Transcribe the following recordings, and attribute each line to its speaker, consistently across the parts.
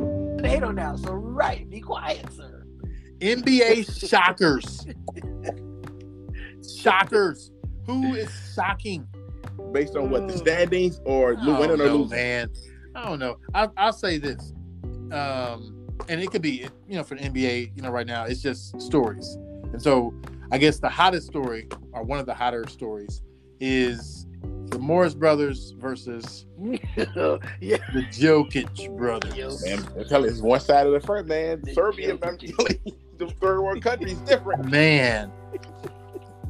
Speaker 1: tornado now. So right, be quiet, sir.
Speaker 2: NBA shockers. shockers. Who is shocking?
Speaker 3: Based on what the standings or
Speaker 2: I don't
Speaker 3: winning or
Speaker 2: know,
Speaker 3: losing?
Speaker 2: man. I don't know. I, I'll say this, um, and it could be you know for the NBA, you know, right now it's just stories, and so I guess the hottest story or one of the hotter stories is the Morris brothers versus
Speaker 1: yeah.
Speaker 2: the Jokic brothers.
Speaker 3: Man, I'm telling you, it's one side of the front, man.
Speaker 1: The
Speaker 3: Serbia, I'm
Speaker 1: Jokic.
Speaker 3: telling you, the third world country is different.
Speaker 2: Man,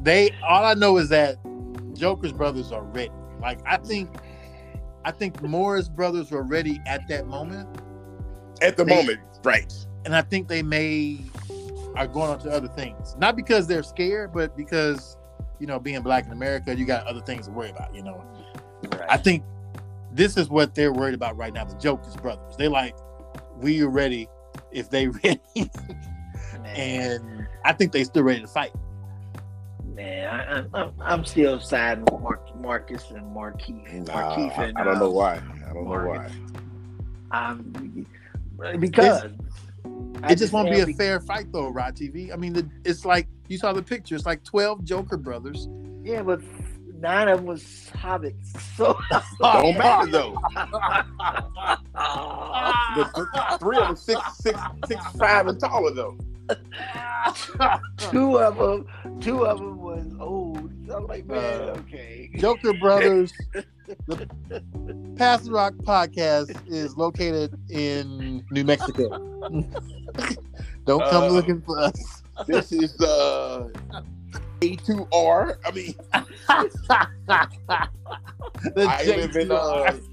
Speaker 2: they all I know is that Joker's brothers are ready. Like I think, I think Morris brothers were ready at that moment.
Speaker 3: At the
Speaker 2: They-
Speaker 3: moment, right.
Speaker 2: and I think they may are going on to other things. Not because they're scared, but because you know, being black in America, you got other things to worry about. You know, I think this is what they're worried about right now. The Joker's brothers, they like we are ready if they ready,
Speaker 1: Man,
Speaker 2: and I think they still ready to fight.
Speaker 1: man I, I'm- I'm, I'm still siding with Mar- Marcus and Marquis.
Speaker 3: Nah,
Speaker 1: Marquise
Speaker 3: I,
Speaker 1: and,
Speaker 3: I don't know
Speaker 1: uh,
Speaker 3: why. I don't know why.
Speaker 1: Marcus. Um, because I
Speaker 2: it just won't be a
Speaker 1: can't
Speaker 2: fair fight though, Rod TV. I mean, the, it's like you saw the picture. It's like twelve Joker brothers.
Speaker 1: Yeah, but nine of them was hobbits. So
Speaker 3: Don't matter though. The, the three of them six, six, six, five and taller though.
Speaker 1: two of them, two of them was old. So I'm like, man,
Speaker 2: Uh,
Speaker 1: okay.
Speaker 2: Joker Brothers, the Pass the Rock podcast is located in New Mexico. Don't come
Speaker 3: Uh,
Speaker 2: looking for us.
Speaker 3: This is uh A2R. I mean,
Speaker 2: The
Speaker 3: I live in uh,
Speaker 2: JTR.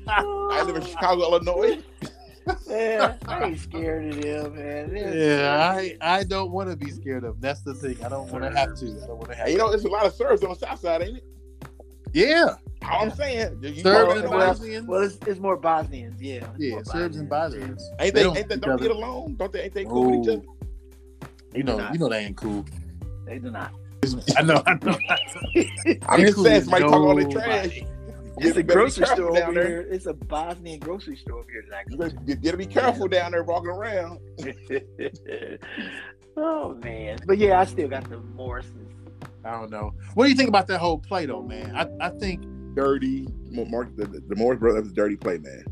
Speaker 3: I live in Chicago, Illinois.
Speaker 1: Man, I ain't scared of them, man. They're-
Speaker 2: yeah, I, I don't want to be scared of. That's the thing. I don't want to have to. I don't want to have.
Speaker 3: And, you know, there's a lot of Serbs on the south side, ain't it?
Speaker 2: to. Yeah,
Speaker 3: All I'm saying. You- you
Speaker 2: Serbs
Speaker 3: know,
Speaker 2: and
Speaker 1: well,
Speaker 2: Bosnians.
Speaker 1: Well, it's, it's more Bosnians, yeah. it's
Speaker 2: yeah,
Speaker 1: more
Speaker 2: Serbs and
Speaker 1: Bosnians,
Speaker 2: Bosnians.
Speaker 3: Ain't they,
Speaker 2: don't
Speaker 3: don't, ain't they,
Speaker 2: each
Speaker 3: don't
Speaker 2: other.
Speaker 3: get along? Don't they? Ain't they cool with each other?
Speaker 2: You
Speaker 1: They do
Speaker 2: know,
Speaker 1: not.
Speaker 2: you know that ain't cool.
Speaker 1: yeah. They do not.
Speaker 2: I know. I know.
Speaker 3: I'm just
Speaker 2: cool
Speaker 3: saying,
Speaker 2: with
Speaker 3: somebody talk all their
Speaker 2: nobody.
Speaker 3: trash.
Speaker 1: It's
Speaker 3: better
Speaker 1: a
Speaker 3: be
Speaker 1: grocery
Speaker 3: careful
Speaker 1: store
Speaker 3: down
Speaker 1: over
Speaker 3: there.
Speaker 1: here. It's a Bosnian grocery store over here that I
Speaker 3: You
Speaker 1: go
Speaker 3: better, you better be careful down there walking around.
Speaker 1: to. oh man, but yeah, I still got the Morrisons.
Speaker 2: I don't know. What do you think about that whole play, though, man? I, I think.
Speaker 3: Dirty. Mark, the, the Morris brother, that was a dirty play, man.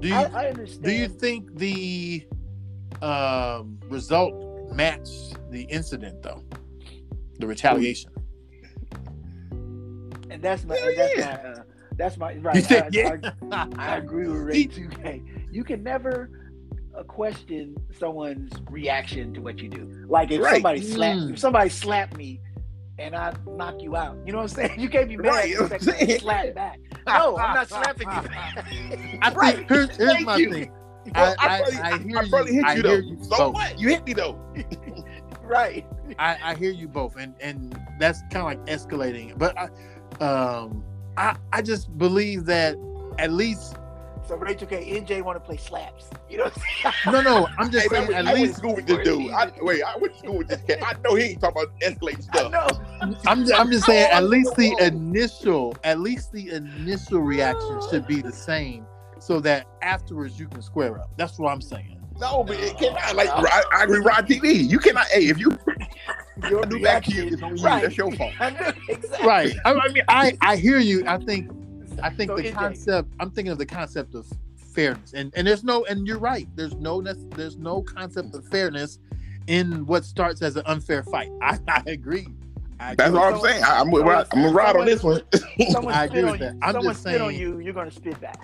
Speaker 2: Do you
Speaker 1: I, I understand.
Speaker 2: Do you think the um, result matched the incident, though? The retaliation.
Speaker 1: and that's my.
Speaker 3: Yeah,
Speaker 1: that's
Speaker 3: yeah.
Speaker 1: my. Uh, that's my. Right.
Speaker 2: You said,
Speaker 1: I,
Speaker 2: yeah.
Speaker 1: I, I agree with Ray Two K. You can never uh, question someone's reaction to what you do. Like if
Speaker 3: Right.
Speaker 1: somebody slapped,
Speaker 2: Mm.
Speaker 1: if somebody slapped me, and I knock you out. You know what I'm saying? You can't be mad.
Speaker 3: Right,
Speaker 1: and expect me to
Speaker 3: I'm
Speaker 1: slap
Speaker 3: saying.
Speaker 1: back. No, I'm not slapping you.
Speaker 2: I
Speaker 3: Right.
Speaker 2: think here's, here's
Speaker 3: Thank
Speaker 2: my
Speaker 3: you.
Speaker 2: thing.
Speaker 3: Well,
Speaker 2: I- I-
Speaker 3: probably-
Speaker 2: I hear
Speaker 3: I probably
Speaker 2: you.
Speaker 3: hit
Speaker 2: I
Speaker 3: you
Speaker 2: hear
Speaker 3: though.
Speaker 2: you
Speaker 3: so
Speaker 2: both.
Speaker 3: what? You hit me though.
Speaker 1: right.
Speaker 2: I, I hear you both, and and that's kind of like escalating. But I, um, I I just believe that at least
Speaker 1: So Rachel K, NJ want to play slaps. You know what I'm saying?
Speaker 2: no no I'm just
Speaker 3: Hey, man,
Speaker 2: saying
Speaker 3: I
Speaker 2: at
Speaker 3: went to
Speaker 2: least
Speaker 3: school with this dude. I, wait, I went to school with this kid. I know he ain't talking about escalating
Speaker 1: I
Speaker 3: stuff.
Speaker 1: know.
Speaker 2: I'm ju- I'm just saying at
Speaker 3: Oh,
Speaker 2: least the
Speaker 3: no.
Speaker 2: initial at least the initial reaction should be the same, so that afterwards you can square up. That's what I'm saying.
Speaker 3: No, but it cannot. Like, I, I agree, Rod TV. You cannot. Hey, if you
Speaker 1: Your
Speaker 3: do
Speaker 1: new
Speaker 3: that
Speaker 1: action.
Speaker 3: kid, it's on you.
Speaker 1: Right.
Speaker 3: That's your fault.
Speaker 1: I know exactly.
Speaker 2: right. I, I mean, I I hear you. I think I think
Speaker 1: So
Speaker 2: the
Speaker 1: NJ,
Speaker 2: concept. I'm thinking of the concept of fairness, and and there's no, and you're right. There's no nec- there's no concept of fairness in what starts as an unfair fight. I, I agree. I
Speaker 3: That's
Speaker 2: agree.
Speaker 3: what I'm saying. I, I'm, with Rod- I'm gonna ride on this one.
Speaker 1: Someone
Speaker 2: I
Speaker 1: spit
Speaker 2: agree
Speaker 1: on
Speaker 2: with
Speaker 1: you.
Speaker 2: that. I'm
Speaker 1: someone
Speaker 2: just
Speaker 1: spit on
Speaker 2: saying-
Speaker 1: you. You're gonna spit back.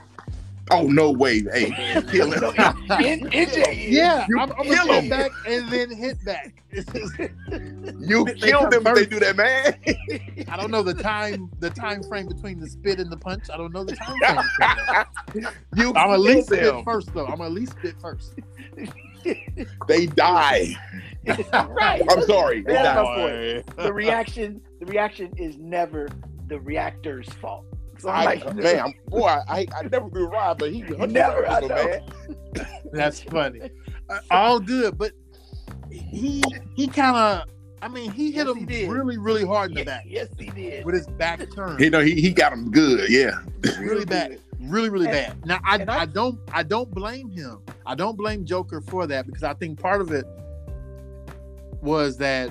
Speaker 3: Oh no way. Hey, kill him.
Speaker 1: N- NJ.
Speaker 2: Yeah,
Speaker 3: You
Speaker 2: I'm, I'm
Speaker 3: kill
Speaker 2: gonna
Speaker 3: 'em.
Speaker 2: hit back and then hit back.
Speaker 3: You
Speaker 2: They
Speaker 3: kill
Speaker 2: come
Speaker 3: them if they
Speaker 2: first.
Speaker 3: do that, man.
Speaker 2: I don't know the time the time frame between the spit and the punch. I don't know the time frame. between that.
Speaker 3: You
Speaker 2: I'm at
Speaker 3: kill
Speaker 2: least
Speaker 3: them.
Speaker 2: spit first though. I'm at least spit first.
Speaker 3: They die.
Speaker 1: right.
Speaker 3: I'm sorry. They
Speaker 1: Yeah,
Speaker 3: die.
Speaker 1: my point. The reaction. The reaction is never the reactor's fault. So I'm
Speaker 3: I,
Speaker 1: like,
Speaker 3: man, I'm, boy, I, I never agree with Rod, but he
Speaker 1: You never, I know.
Speaker 3: man.
Speaker 2: That's funny. Uh, All good, but he he kind of. I mean, he hit
Speaker 1: Yes, he
Speaker 2: him
Speaker 1: did.
Speaker 2: really, really hard in the
Speaker 1: yes,
Speaker 2: back
Speaker 1: yes, he did.
Speaker 2: with his back turned.
Speaker 3: You know, he, he got him good, yeah.
Speaker 2: really bad. really really
Speaker 1: And-
Speaker 2: bad now I,
Speaker 1: and
Speaker 2: I,
Speaker 1: I-
Speaker 2: don't i don't blame him i don't blame joker for that because i think part of it was that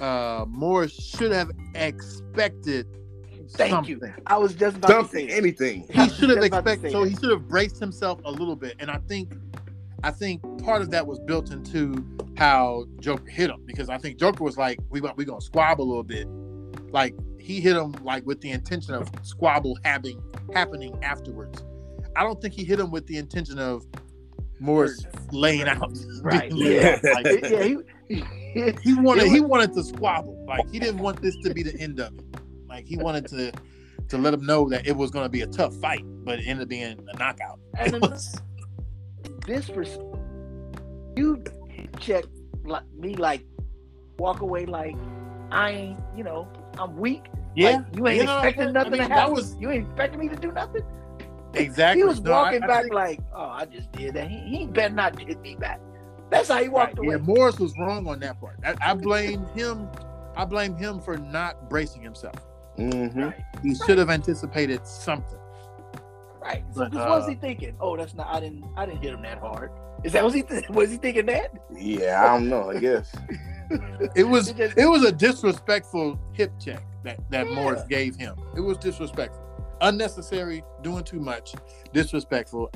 Speaker 2: uh morris should have expected
Speaker 1: Thank you.
Speaker 2: something.
Speaker 1: I was just about
Speaker 3: Something,
Speaker 1: to say. that.
Speaker 3: anything.
Speaker 1: I
Speaker 2: he
Speaker 1: was
Speaker 2: should have
Speaker 1: just about to
Speaker 2: expected
Speaker 1: say
Speaker 2: so
Speaker 1: that.
Speaker 2: he should have braced himself a little bit and i think i think part of that was built into how joker hit him because i think joker was like we gon- we gonna squabble a little bit like he hit him like with the intention of squabble having happening afterwards i don't think he hit him with the intention of morris laying out
Speaker 1: Right.
Speaker 2: being laid out. Like,
Speaker 1: yeah, he, he,
Speaker 2: he wanted
Speaker 1: It
Speaker 2: he wanted to squabble. Like he didn't want this to be the end of it. Like he wanted to to let him know that it was going to be a tough fight, but it ended up being a knockout.
Speaker 1: and in this pers- you check like, me like walk away like I ain't you know I'm weak. Like, you ain't
Speaker 2: You know,
Speaker 1: expecting
Speaker 2: I
Speaker 1: nothing
Speaker 2: mean,
Speaker 1: to
Speaker 2: that
Speaker 1: happen.
Speaker 2: was-
Speaker 1: you ain't expecting me to do nothing.
Speaker 2: exactly.
Speaker 1: He was
Speaker 2: No, I-
Speaker 1: walking
Speaker 2: I
Speaker 1: back
Speaker 2: think-
Speaker 1: like, oh, I just did that. He, he better not hit me back. That's how he walked
Speaker 2: right,
Speaker 1: away.
Speaker 2: Yeah, Morris was wrong on that part. I, I blame him. I blame him for not bracing himself.
Speaker 3: Mm-hmm.
Speaker 1: Right,
Speaker 2: He should have anticipated something.
Speaker 1: right. So
Speaker 2: But,
Speaker 1: what was
Speaker 2: uh,
Speaker 1: he thinking? Oh, that's not. I didn't. I didn't hit him that hard. Is that was he? Th- was he thinking that?
Speaker 3: Yeah, I don't know. I guess.
Speaker 2: It was
Speaker 1: It just-
Speaker 2: it was a disrespectful hip check that that
Speaker 1: Yeah.
Speaker 2: Morris gave him. It was disrespectful, unnecessary, doing too much, disrespectful.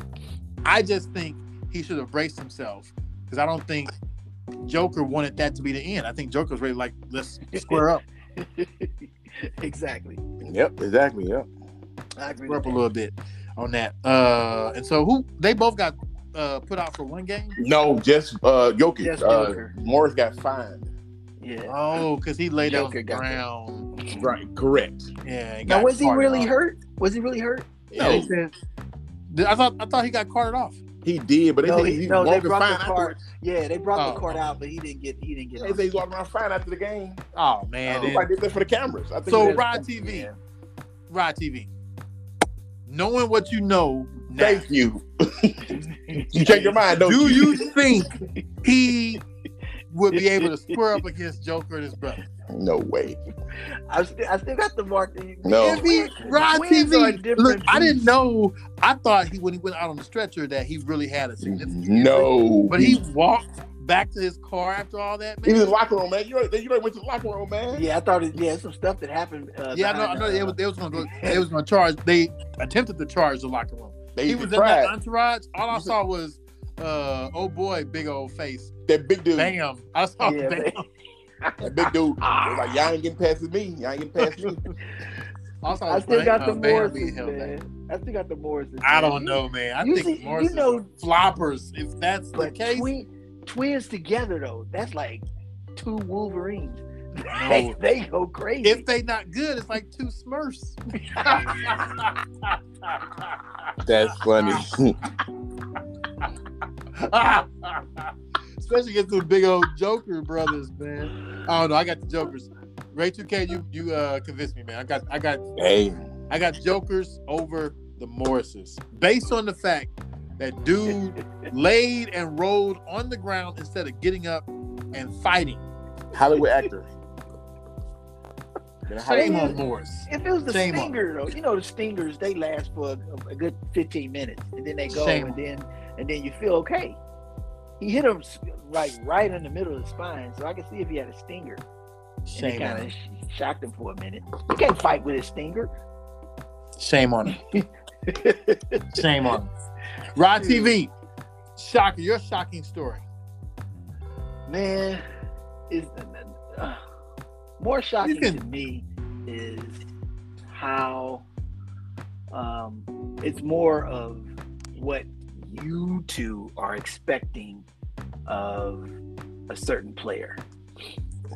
Speaker 2: I just think he should have braced himself because I don't think Joker wanted that to be the end. I think Joker's really like, let's square up,
Speaker 1: exactly.
Speaker 3: Yep, exactly. Yep.
Speaker 1: I agree.
Speaker 2: square
Speaker 1: With
Speaker 2: up a
Speaker 1: that.
Speaker 2: little bit on that. Uh, and so who they both got uh, put out for one game.
Speaker 3: No, just uh, Jokic.
Speaker 1: Just
Speaker 3: uh,
Speaker 1: Joker.
Speaker 3: Morris got fined.
Speaker 1: Yeah.
Speaker 2: Oh, because he laid down on the
Speaker 3: Joker got that.
Speaker 2: ground.
Speaker 3: Right. Correct.
Speaker 2: Yeah. and
Speaker 1: Now
Speaker 2: got
Speaker 1: was he
Speaker 2: carted
Speaker 1: really
Speaker 2: off.
Speaker 1: hurt? Was he really hurt?
Speaker 2: No.
Speaker 3: No,
Speaker 2: I thought I thought he got carted off.
Speaker 3: he did, but they
Speaker 1: No,
Speaker 3: said
Speaker 1: he-
Speaker 3: he
Speaker 1: no, they
Speaker 3: walked
Speaker 1: brought
Speaker 3: around
Speaker 1: the card.
Speaker 3: afterwards.
Speaker 1: Yeah, they brought
Speaker 2: Oh.
Speaker 1: the card out, but he didn't get. He didn't
Speaker 3: They
Speaker 1: get.
Speaker 3: said
Speaker 1: on.
Speaker 3: he walked around fined after the game.
Speaker 2: Oh man.
Speaker 3: Oh,
Speaker 2: then-
Speaker 3: I did that for the cameras. I think
Speaker 2: So,
Speaker 3: that's-
Speaker 2: Rod TV.
Speaker 3: Yeah.
Speaker 2: Rod TV. Knowing what you know now,
Speaker 3: Thank you. you change your mind, don't
Speaker 2: do
Speaker 3: you?
Speaker 2: you think he would be able to square up against Joker and his brother?
Speaker 3: No way.
Speaker 1: I, still, I still got the mark. that he-
Speaker 3: No.
Speaker 2: If he, Rod
Speaker 1: Wins are
Speaker 2: TV.
Speaker 1: different
Speaker 2: Look, I
Speaker 1: beasts.
Speaker 2: didn't know. I thought he when he went out on the stretcher that he really had a significant. injury.
Speaker 3: No.
Speaker 2: But he walked back to his car after all that.
Speaker 3: He
Speaker 2: Man.
Speaker 3: was in the locker room, man. You already, you already went to the locker room, man.
Speaker 1: Yeah, I thought it. Yeah, some stuff that happened. Uh,
Speaker 2: yeah, I know. I
Speaker 1: behind,
Speaker 2: know. They
Speaker 1: uh,
Speaker 2: was, they was gonna go. They was gonna charge. They attempted to charge the locker room.
Speaker 3: They
Speaker 2: He
Speaker 3: was
Speaker 2: was in
Speaker 3: surprised.
Speaker 2: that entourage. All I saw was, uh, oh boy, big old face.
Speaker 3: That big dude.
Speaker 2: Bam! I saw
Speaker 1: Yeah,
Speaker 2: bam.
Speaker 1: man.
Speaker 3: That big dude. They was like, y'all ain't getting past me. Y'all ain't getting past me.
Speaker 2: Also,
Speaker 1: uh, Oh, I still got the
Speaker 2: Bam
Speaker 1: Morris,
Speaker 2: being held back.
Speaker 1: man. I still got the Morris.
Speaker 2: I don't know, man. I
Speaker 1: You
Speaker 2: think
Speaker 1: see- you
Speaker 2: Morris
Speaker 1: know-
Speaker 2: is floppers. If that's the
Speaker 1: But
Speaker 2: case,
Speaker 1: twin, twins together though, that's like two Wolverines.
Speaker 2: No.
Speaker 1: They, they go crazy.
Speaker 2: Oh. if they not good, it's like two Smurfs.
Speaker 3: That's funny.
Speaker 2: Especially against the big old Joker brothers, man. I don't know. I got the Jokers. Ray 2K, you you uh convinced me, man. I got I got
Speaker 3: hey,
Speaker 2: I got Jokers over the Morrises based on the fact that dude laid and rolled on the ground instead of getting up and fighting.
Speaker 3: Hollywood actor. Been a
Speaker 2: Shame
Speaker 3: Hollywood
Speaker 2: on
Speaker 3: actor.
Speaker 2: Morris.
Speaker 1: If it was the
Speaker 2: Shame on
Speaker 1: stinger though, you know the stingers they last for a, a good fifteen minutes and then they go
Speaker 2: Shame
Speaker 1: and then and then you feel okay. He hit him s- like right in the middle of the spine, so I can see if he had a stinger. And it
Speaker 2: Shame on
Speaker 1: kind
Speaker 2: him.
Speaker 1: of shocked him for a minute. You can't fight with a stinger.
Speaker 2: Shame on him. Shame on him. Rod TV, shocker, your shocking story.
Speaker 1: Man, is uh, more shocking
Speaker 2: can-
Speaker 1: to me is how um, it's more of what you two are expecting of a certain player.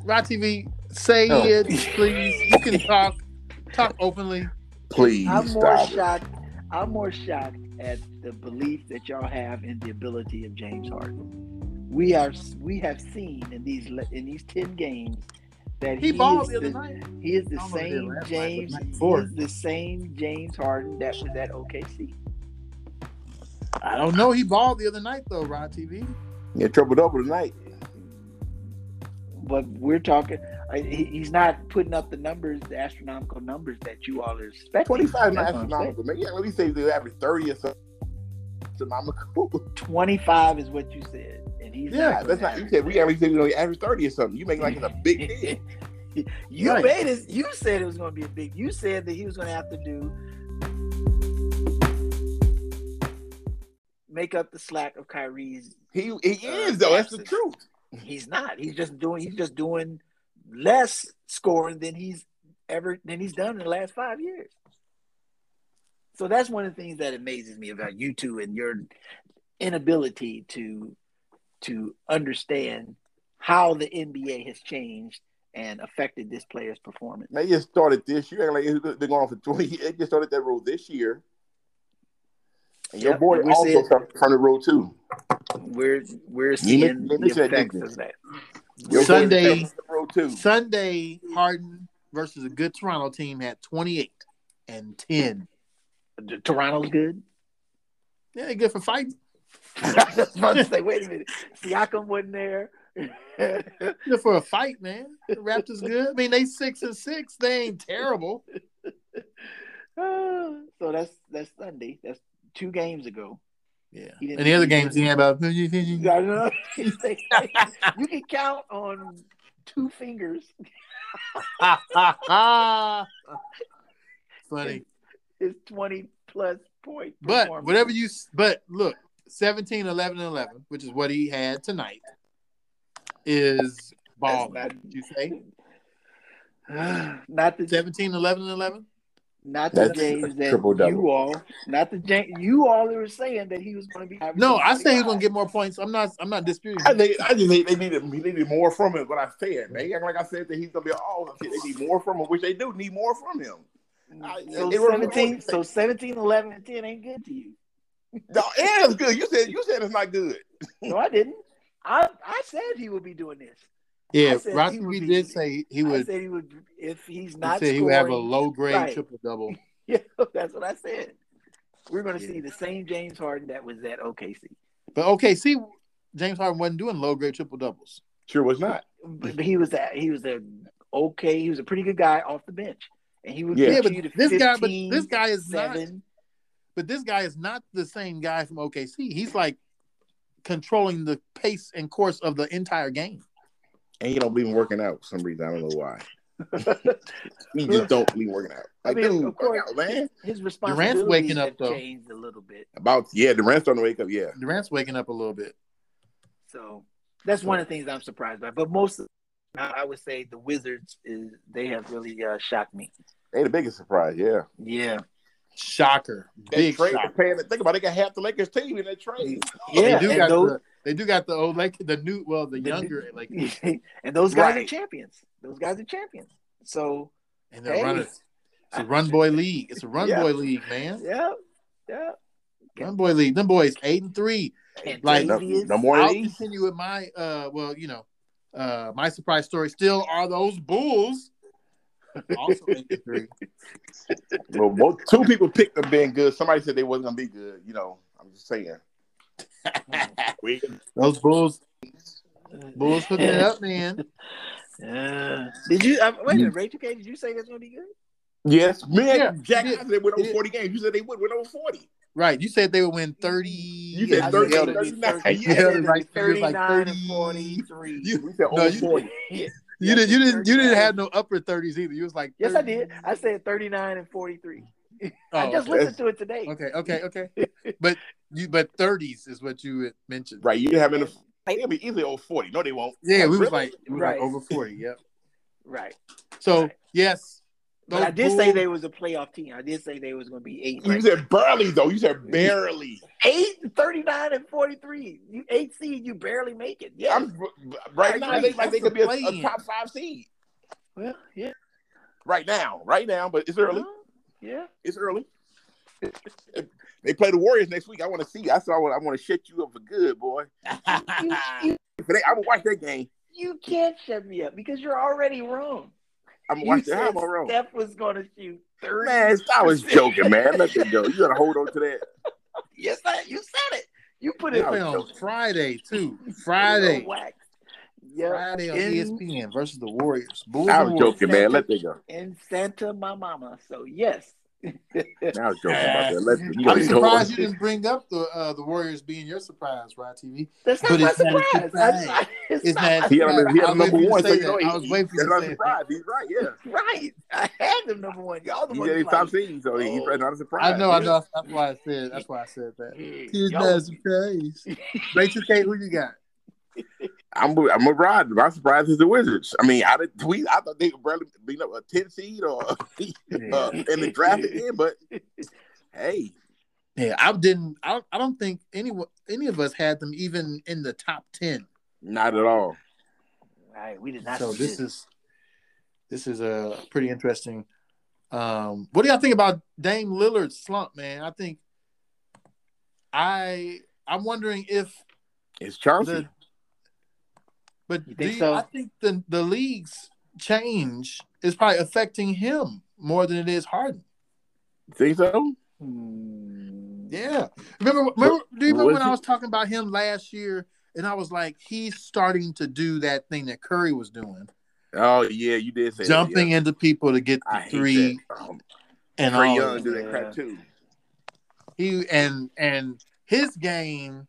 Speaker 2: Rod TV, say
Speaker 3: Oh.
Speaker 2: it, please. You can talk, talk openly.
Speaker 3: Please
Speaker 1: I'm more
Speaker 3: stop. it.
Speaker 1: shocked. I'm more shocked at the belief that y'all have in the ability of James Harden. We are we have seen in these le- in these ten games that
Speaker 2: He
Speaker 1: is
Speaker 2: balled the
Speaker 1: the-
Speaker 2: other night.
Speaker 1: He is the
Speaker 2: I don't know if he did
Speaker 1: same
Speaker 2: last night, but
Speaker 1: James.
Speaker 2: night
Speaker 1: He
Speaker 2: before.
Speaker 1: is the same James Harden that was at OKC.
Speaker 2: I don't know. He balled the other night though, Rod TV.
Speaker 3: Yeah, triple double tonight.
Speaker 1: but we're talking. I- he- He's not putting up the numbers, the astronomical numbers that you all are expecting.
Speaker 3: Twenty-five is not
Speaker 1: That's what I'm saying.
Speaker 3: astronomical, man. Yeah, let me say the average thirty or something. Astronomical.
Speaker 1: 25 is what you said, and he's
Speaker 2: Yeah,
Speaker 3: Yeah, that's not. You said we average. We average thirty or something. You make it like it's a big deal.
Speaker 1: You
Speaker 2: Right.
Speaker 1: made it. You said it was going to be a big. You said that he was going to have to do make up the slack of Kyrie's.
Speaker 3: He he is though. That's the truth.
Speaker 1: He's not. He's just doing. He's just doing less scoring than he's ever than he's done in the last five years. So that's one of the things that amazes me about you two and your inability to to understand how the NBA has changed and affected this player's performance.
Speaker 3: Man, it just started this year. Like it's- they're going for twenty. It just started that road this year. And your
Speaker 1: Yep,
Speaker 3: boy
Speaker 1: and we see
Speaker 3: also
Speaker 1: it.
Speaker 3: started from the road too.
Speaker 1: we're we're seeing
Speaker 3: let
Speaker 1: the
Speaker 3: me check
Speaker 1: effects
Speaker 3: this.
Speaker 1: of that.
Speaker 3: Your boy
Speaker 2: Sunday-
Speaker 3: started from the road too.
Speaker 2: Sunday, Harden versus a good Toronto team had 28 and 10.
Speaker 1: The- Toronto's good.
Speaker 2: Yeah, they good for fighting.
Speaker 1: I was about to say, wait a minute, Siakam wasn't there. yeah,
Speaker 2: Good for a fight, man. The Raptors good. I mean, they six and six. They ain't terrible.
Speaker 1: so that's that's Sunday. That's two games ago.
Speaker 2: Yeah.
Speaker 1: He didn't-
Speaker 2: And the other
Speaker 1: he
Speaker 2: games he had about.
Speaker 1: You got enough. you can count on two fingers
Speaker 2: Funny,
Speaker 1: his twenty plus point.
Speaker 2: but
Speaker 1: performance.
Speaker 2: whatever you. s- But look, 17, 11, and 11, which is what he had tonight, is ball.
Speaker 1: That's not-
Speaker 2: Would you say
Speaker 1: not the
Speaker 2: 17, 11, and 11?
Speaker 1: not the
Speaker 3: That's
Speaker 1: games that
Speaker 3: triple double.
Speaker 1: you all, not the James, you all were saying that he was going to be.
Speaker 2: No, I say he's gonna get more points. I'm not. I'm not disputing.
Speaker 3: I, think, I just think they needed, they needed more from him. is What I said, man, Act like I said that he's gonna be all. They need more from him, which they do need more from him.
Speaker 1: Mm, So
Speaker 3: It was-
Speaker 1: 17, so 17, 11, and 10 ain't good to you.
Speaker 3: No, yeah, it's good. You said you said it's not good.
Speaker 1: No, I didn't. I, I said he would be doing this.
Speaker 2: Yeah,
Speaker 1: I said
Speaker 2: Rocky
Speaker 1: he would
Speaker 2: we
Speaker 1: be-
Speaker 2: did say he
Speaker 1: I
Speaker 2: would.
Speaker 1: said he would, if he's
Speaker 2: he
Speaker 1: not
Speaker 2: said he
Speaker 1: scoring.
Speaker 2: would have a low grade
Speaker 1: Right.
Speaker 2: triple double.
Speaker 1: Yeah, that's what I said. We're going to
Speaker 2: Yeah.
Speaker 1: see the same James Harden that was at OKC.
Speaker 2: But okay, see, James Harden wasn't doing low grade triple doubles.
Speaker 3: Sure was not.
Speaker 1: But but he was that he was a okay, he was a pretty good guy off the bench. And he would
Speaker 3: Yeah.
Speaker 2: Yeah,
Speaker 1: get
Speaker 2: but
Speaker 1: you to
Speaker 2: this guy, but
Speaker 1: 15,
Speaker 2: this guy is not.
Speaker 1: seven.
Speaker 2: But this guy is not the same guy from OKC. He's like controlling the pace and course of the entire game.
Speaker 3: And he don't believe in working out for some reason. I don't know why. he just don't believe in working out. Like,
Speaker 1: I mean,
Speaker 3: dude,
Speaker 1: of course,
Speaker 3: work out, man.
Speaker 1: His
Speaker 2: waking
Speaker 1: responsibilities
Speaker 2: up,
Speaker 1: have
Speaker 2: though.
Speaker 1: changed a little bit.
Speaker 3: About yeah, the rest on the wake up. Yeah,
Speaker 2: Durant's waking up a little bit.
Speaker 1: So that's one of the things I'm surprised by. But most, I I would say the Wizards is they have really uh, shocked me.
Speaker 3: they the biggest surprise. Yeah,
Speaker 1: Yeah,
Speaker 2: Shocker,
Speaker 3: They
Speaker 2: big
Speaker 3: trade
Speaker 2: shocker.
Speaker 3: Japan. Think about it, they got half the Lakers team in that trade.
Speaker 1: yeah.
Speaker 2: they do
Speaker 1: and,
Speaker 2: got
Speaker 1: those,
Speaker 2: the, they do got the old like the new well the
Speaker 1: The
Speaker 2: younger like
Speaker 1: and those guys are
Speaker 3: Right.
Speaker 1: champions. Those guys are champions. So
Speaker 2: and the
Speaker 1: hey,
Speaker 2: runners. It's a run boy league. It's a run
Speaker 1: Yeah.
Speaker 2: boy league, man.
Speaker 1: yeah, yeah.
Speaker 2: Run boy league. Them boys eight and three.
Speaker 1: And
Speaker 2: Like-
Speaker 3: No,
Speaker 1: Davies-
Speaker 3: no more
Speaker 2: I'll
Speaker 3: than these.
Speaker 2: continue with my uh well, you know, uh my surprise story still are those bulls. Also eight and three.
Speaker 3: Well, both, two people picked them being good. Somebody said they wasn't gonna be good. You know, I'm just saying. We,
Speaker 2: Those bulls bulls hooking it up, man.
Speaker 1: Yeah. Did you uh, wait a minute, Rachel K? Did you say that's gonna be good?
Speaker 3: yes, man.
Speaker 2: Yeah,
Speaker 3: Jack
Speaker 2: you did.
Speaker 3: I said they went
Speaker 2: You
Speaker 3: over
Speaker 2: did.
Speaker 3: 40 games. You said they would win over 40.
Speaker 2: Right. You said they would win thirty you
Speaker 3: said
Speaker 1: I said
Speaker 3: 38,
Speaker 1: it'll be
Speaker 3: 39.
Speaker 1: thirty-
Speaker 3: Yeah,
Speaker 1: I said
Speaker 2: it was
Speaker 1: it'll be
Speaker 2: like- it was like
Speaker 1: 39 and
Speaker 2: 30.
Speaker 1: 43.
Speaker 2: You-
Speaker 3: We said "Oh,
Speaker 2: No,
Speaker 3: over
Speaker 2: you-
Speaker 3: 40.
Speaker 2: you didn't you didn't you didn't have no upper thirties either. You was like
Speaker 1: yes, I
Speaker 2: 30.
Speaker 1: did. I said 39 and 43. I
Speaker 2: Oh,
Speaker 1: just
Speaker 3: okay.
Speaker 1: listened to it today.
Speaker 2: okay, Oh, okay, okay. But you but thirties is what you had mentioned.
Speaker 3: Right, you didn't have enough. Hey, they'll be easily over 40. No, they won't.
Speaker 2: Yeah, we was
Speaker 3: Really?
Speaker 2: like we was
Speaker 1: Right.
Speaker 2: like over forty, yep.
Speaker 1: Right.
Speaker 2: So
Speaker 1: Right.
Speaker 2: yes.
Speaker 1: But
Speaker 2: those
Speaker 1: I did say
Speaker 2: Bulls-
Speaker 1: they was a playoff team. I did say they was going to be eight.
Speaker 3: You
Speaker 1: Right?
Speaker 3: said barely, though. You said barely.
Speaker 1: Eight, 39, and 43. You eight seed, you barely make it. Yeah.
Speaker 3: I'm, right now, they, like they could be a, a top five seed.
Speaker 1: well, yeah.
Speaker 3: Right now, right now, but it's early.
Speaker 1: Yeah.
Speaker 3: It's early. they play the Warriors next week. I want to see. I saw. I want to shut you up for good, boy.
Speaker 1: You, you,
Speaker 3: If they- I will watch that game.
Speaker 1: you can't shut me up because you're already wrong.
Speaker 3: I'm gonna
Speaker 1: You
Speaker 3: watch that.
Speaker 1: said
Speaker 3: I'm wrong.
Speaker 1: Steph was going to shoot 30.
Speaker 3: Man, I was joking, man. Let that go. You gotta hold on to that.
Speaker 1: Yes, I, you said it. You put
Speaker 2: They
Speaker 1: it
Speaker 3: Yeah,
Speaker 2: play
Speaker 1: on
Speaker 2: on
Speaker 3: joking.
Speaker 2: Friday too.
Speaker 1: put it on
Speaker 2: Friday.
Speaker 1: wax. Yep.
Speaker 2: Friday on E
Speaker 1: In-
Speaker 2: ESPN versus the Warriors. Bulls
Speaker 3: I
Speaker 2: and
Speaker 3: was
Speaker 2: Warriors.
Speaker 3: joking, man. Let that go.
Speaker 1: in Santa My Mama. So yes.
Speaker 3: I was joking about that. Let you know,
Speaker 2: I'm
Speaker 3: you know,
Speaker 2: surprised you didn't bring up the uh, the Warriors being your surprise, Rod TV.
Speaker 1: That's not
Speaker 2: But
Speaker 1: my
Speaker 2: it's not a
Speaker 1: surprise.
Speaker 2: surprise.
Speaker 1: I- I- it's
Speaker 2: It's
Speaker 1: not,
Speaker 2: not-
Speaker 3: He had him, he had
Speaker 2: I
Speaker 3: him
Speaker 2: was
Speaker 3: number
Speaker 2: waiting for you to
Speaker 3: one, so
Speaker 2: say
Speaker 3: you know
Speaker 2: that.
Speaker 3: he,
Speaker 2: I was waiting for you
Speaker 3: he's
Speaker 2: to
Speaker 3: not
Speaker 2: say that.
Speaker 3: surprised. He's right, yeah.
Speaker 1: right. I had them number one. Y'all the
Speaker 3: He
Speaker 1: ones
Speaker 3: did
Speaker 1: like,
Speaker 3: top seed, so he's
Speaker 1: Oh.
Speaker 3: not a surprise.
Speaker 2: I know, I
Speaker 3: yeah.
Speaker 2: know. That's why I said. That's why I said that.
Speaker 1: "Yeah,
Speaker 2: He's
Speaker 1: y'all-
Speaker 2: not a surprise. Rachel K, who you got?
Speaker 3: I'm a, I'm a rod. My surprise is the Wizards. I mean, I didn't tweet. I thought they would barely beat up a ten seed or uh,
Speaker 2: Yeah,
Speaker 3: in the draft again. But hey,
Speaker 2: yeah. I didn't. I don't, I don't think anyone, any of us had them even in the top ten.
Speaker 3: not at all.
Speaker 1: Right. We did not.
Speaker 2: so
Speaker 1: see
Speaker 2: this is this is a pretty interesting. Um, what do y'all think about Dame Lillard's slump, man? I think I I'm wondering if
Speaker 3: It's Chauncey.
Speaker 2: the but
Speaker 1: You
Speaker 2: do
Speaker 1: think
Speaker 2: you-
Speaker 1: so?
Speaker 2: I think the the league's change is probably affecting him more than it is Harden.
Speaker 3: Think so?
Speaker 1: Hmm.
Speaker 2: Yeah. Remember, remember do you remember
Speaker 3: was
Speaker 2: when I
Speaker 3: it-
Speaker 2: was talking about him last year and I was like, he's starting to do that thing that Curry was doing.
Speaker 3: Oh yeah, you did say that,
Speaker 2: Jumping
Speaker 3: yeah.
Speaker 2: into people to get
Speaker 3: I
Speaker 2: the
Speaker 3: hate
Speaker 2: three
Speaker 3: That. Um,
Speaker 2: and
Speaker 3: Trae
Speaker 2: all that.
Speaker 3: Young do that crap too.
Speaker 2: he and and his game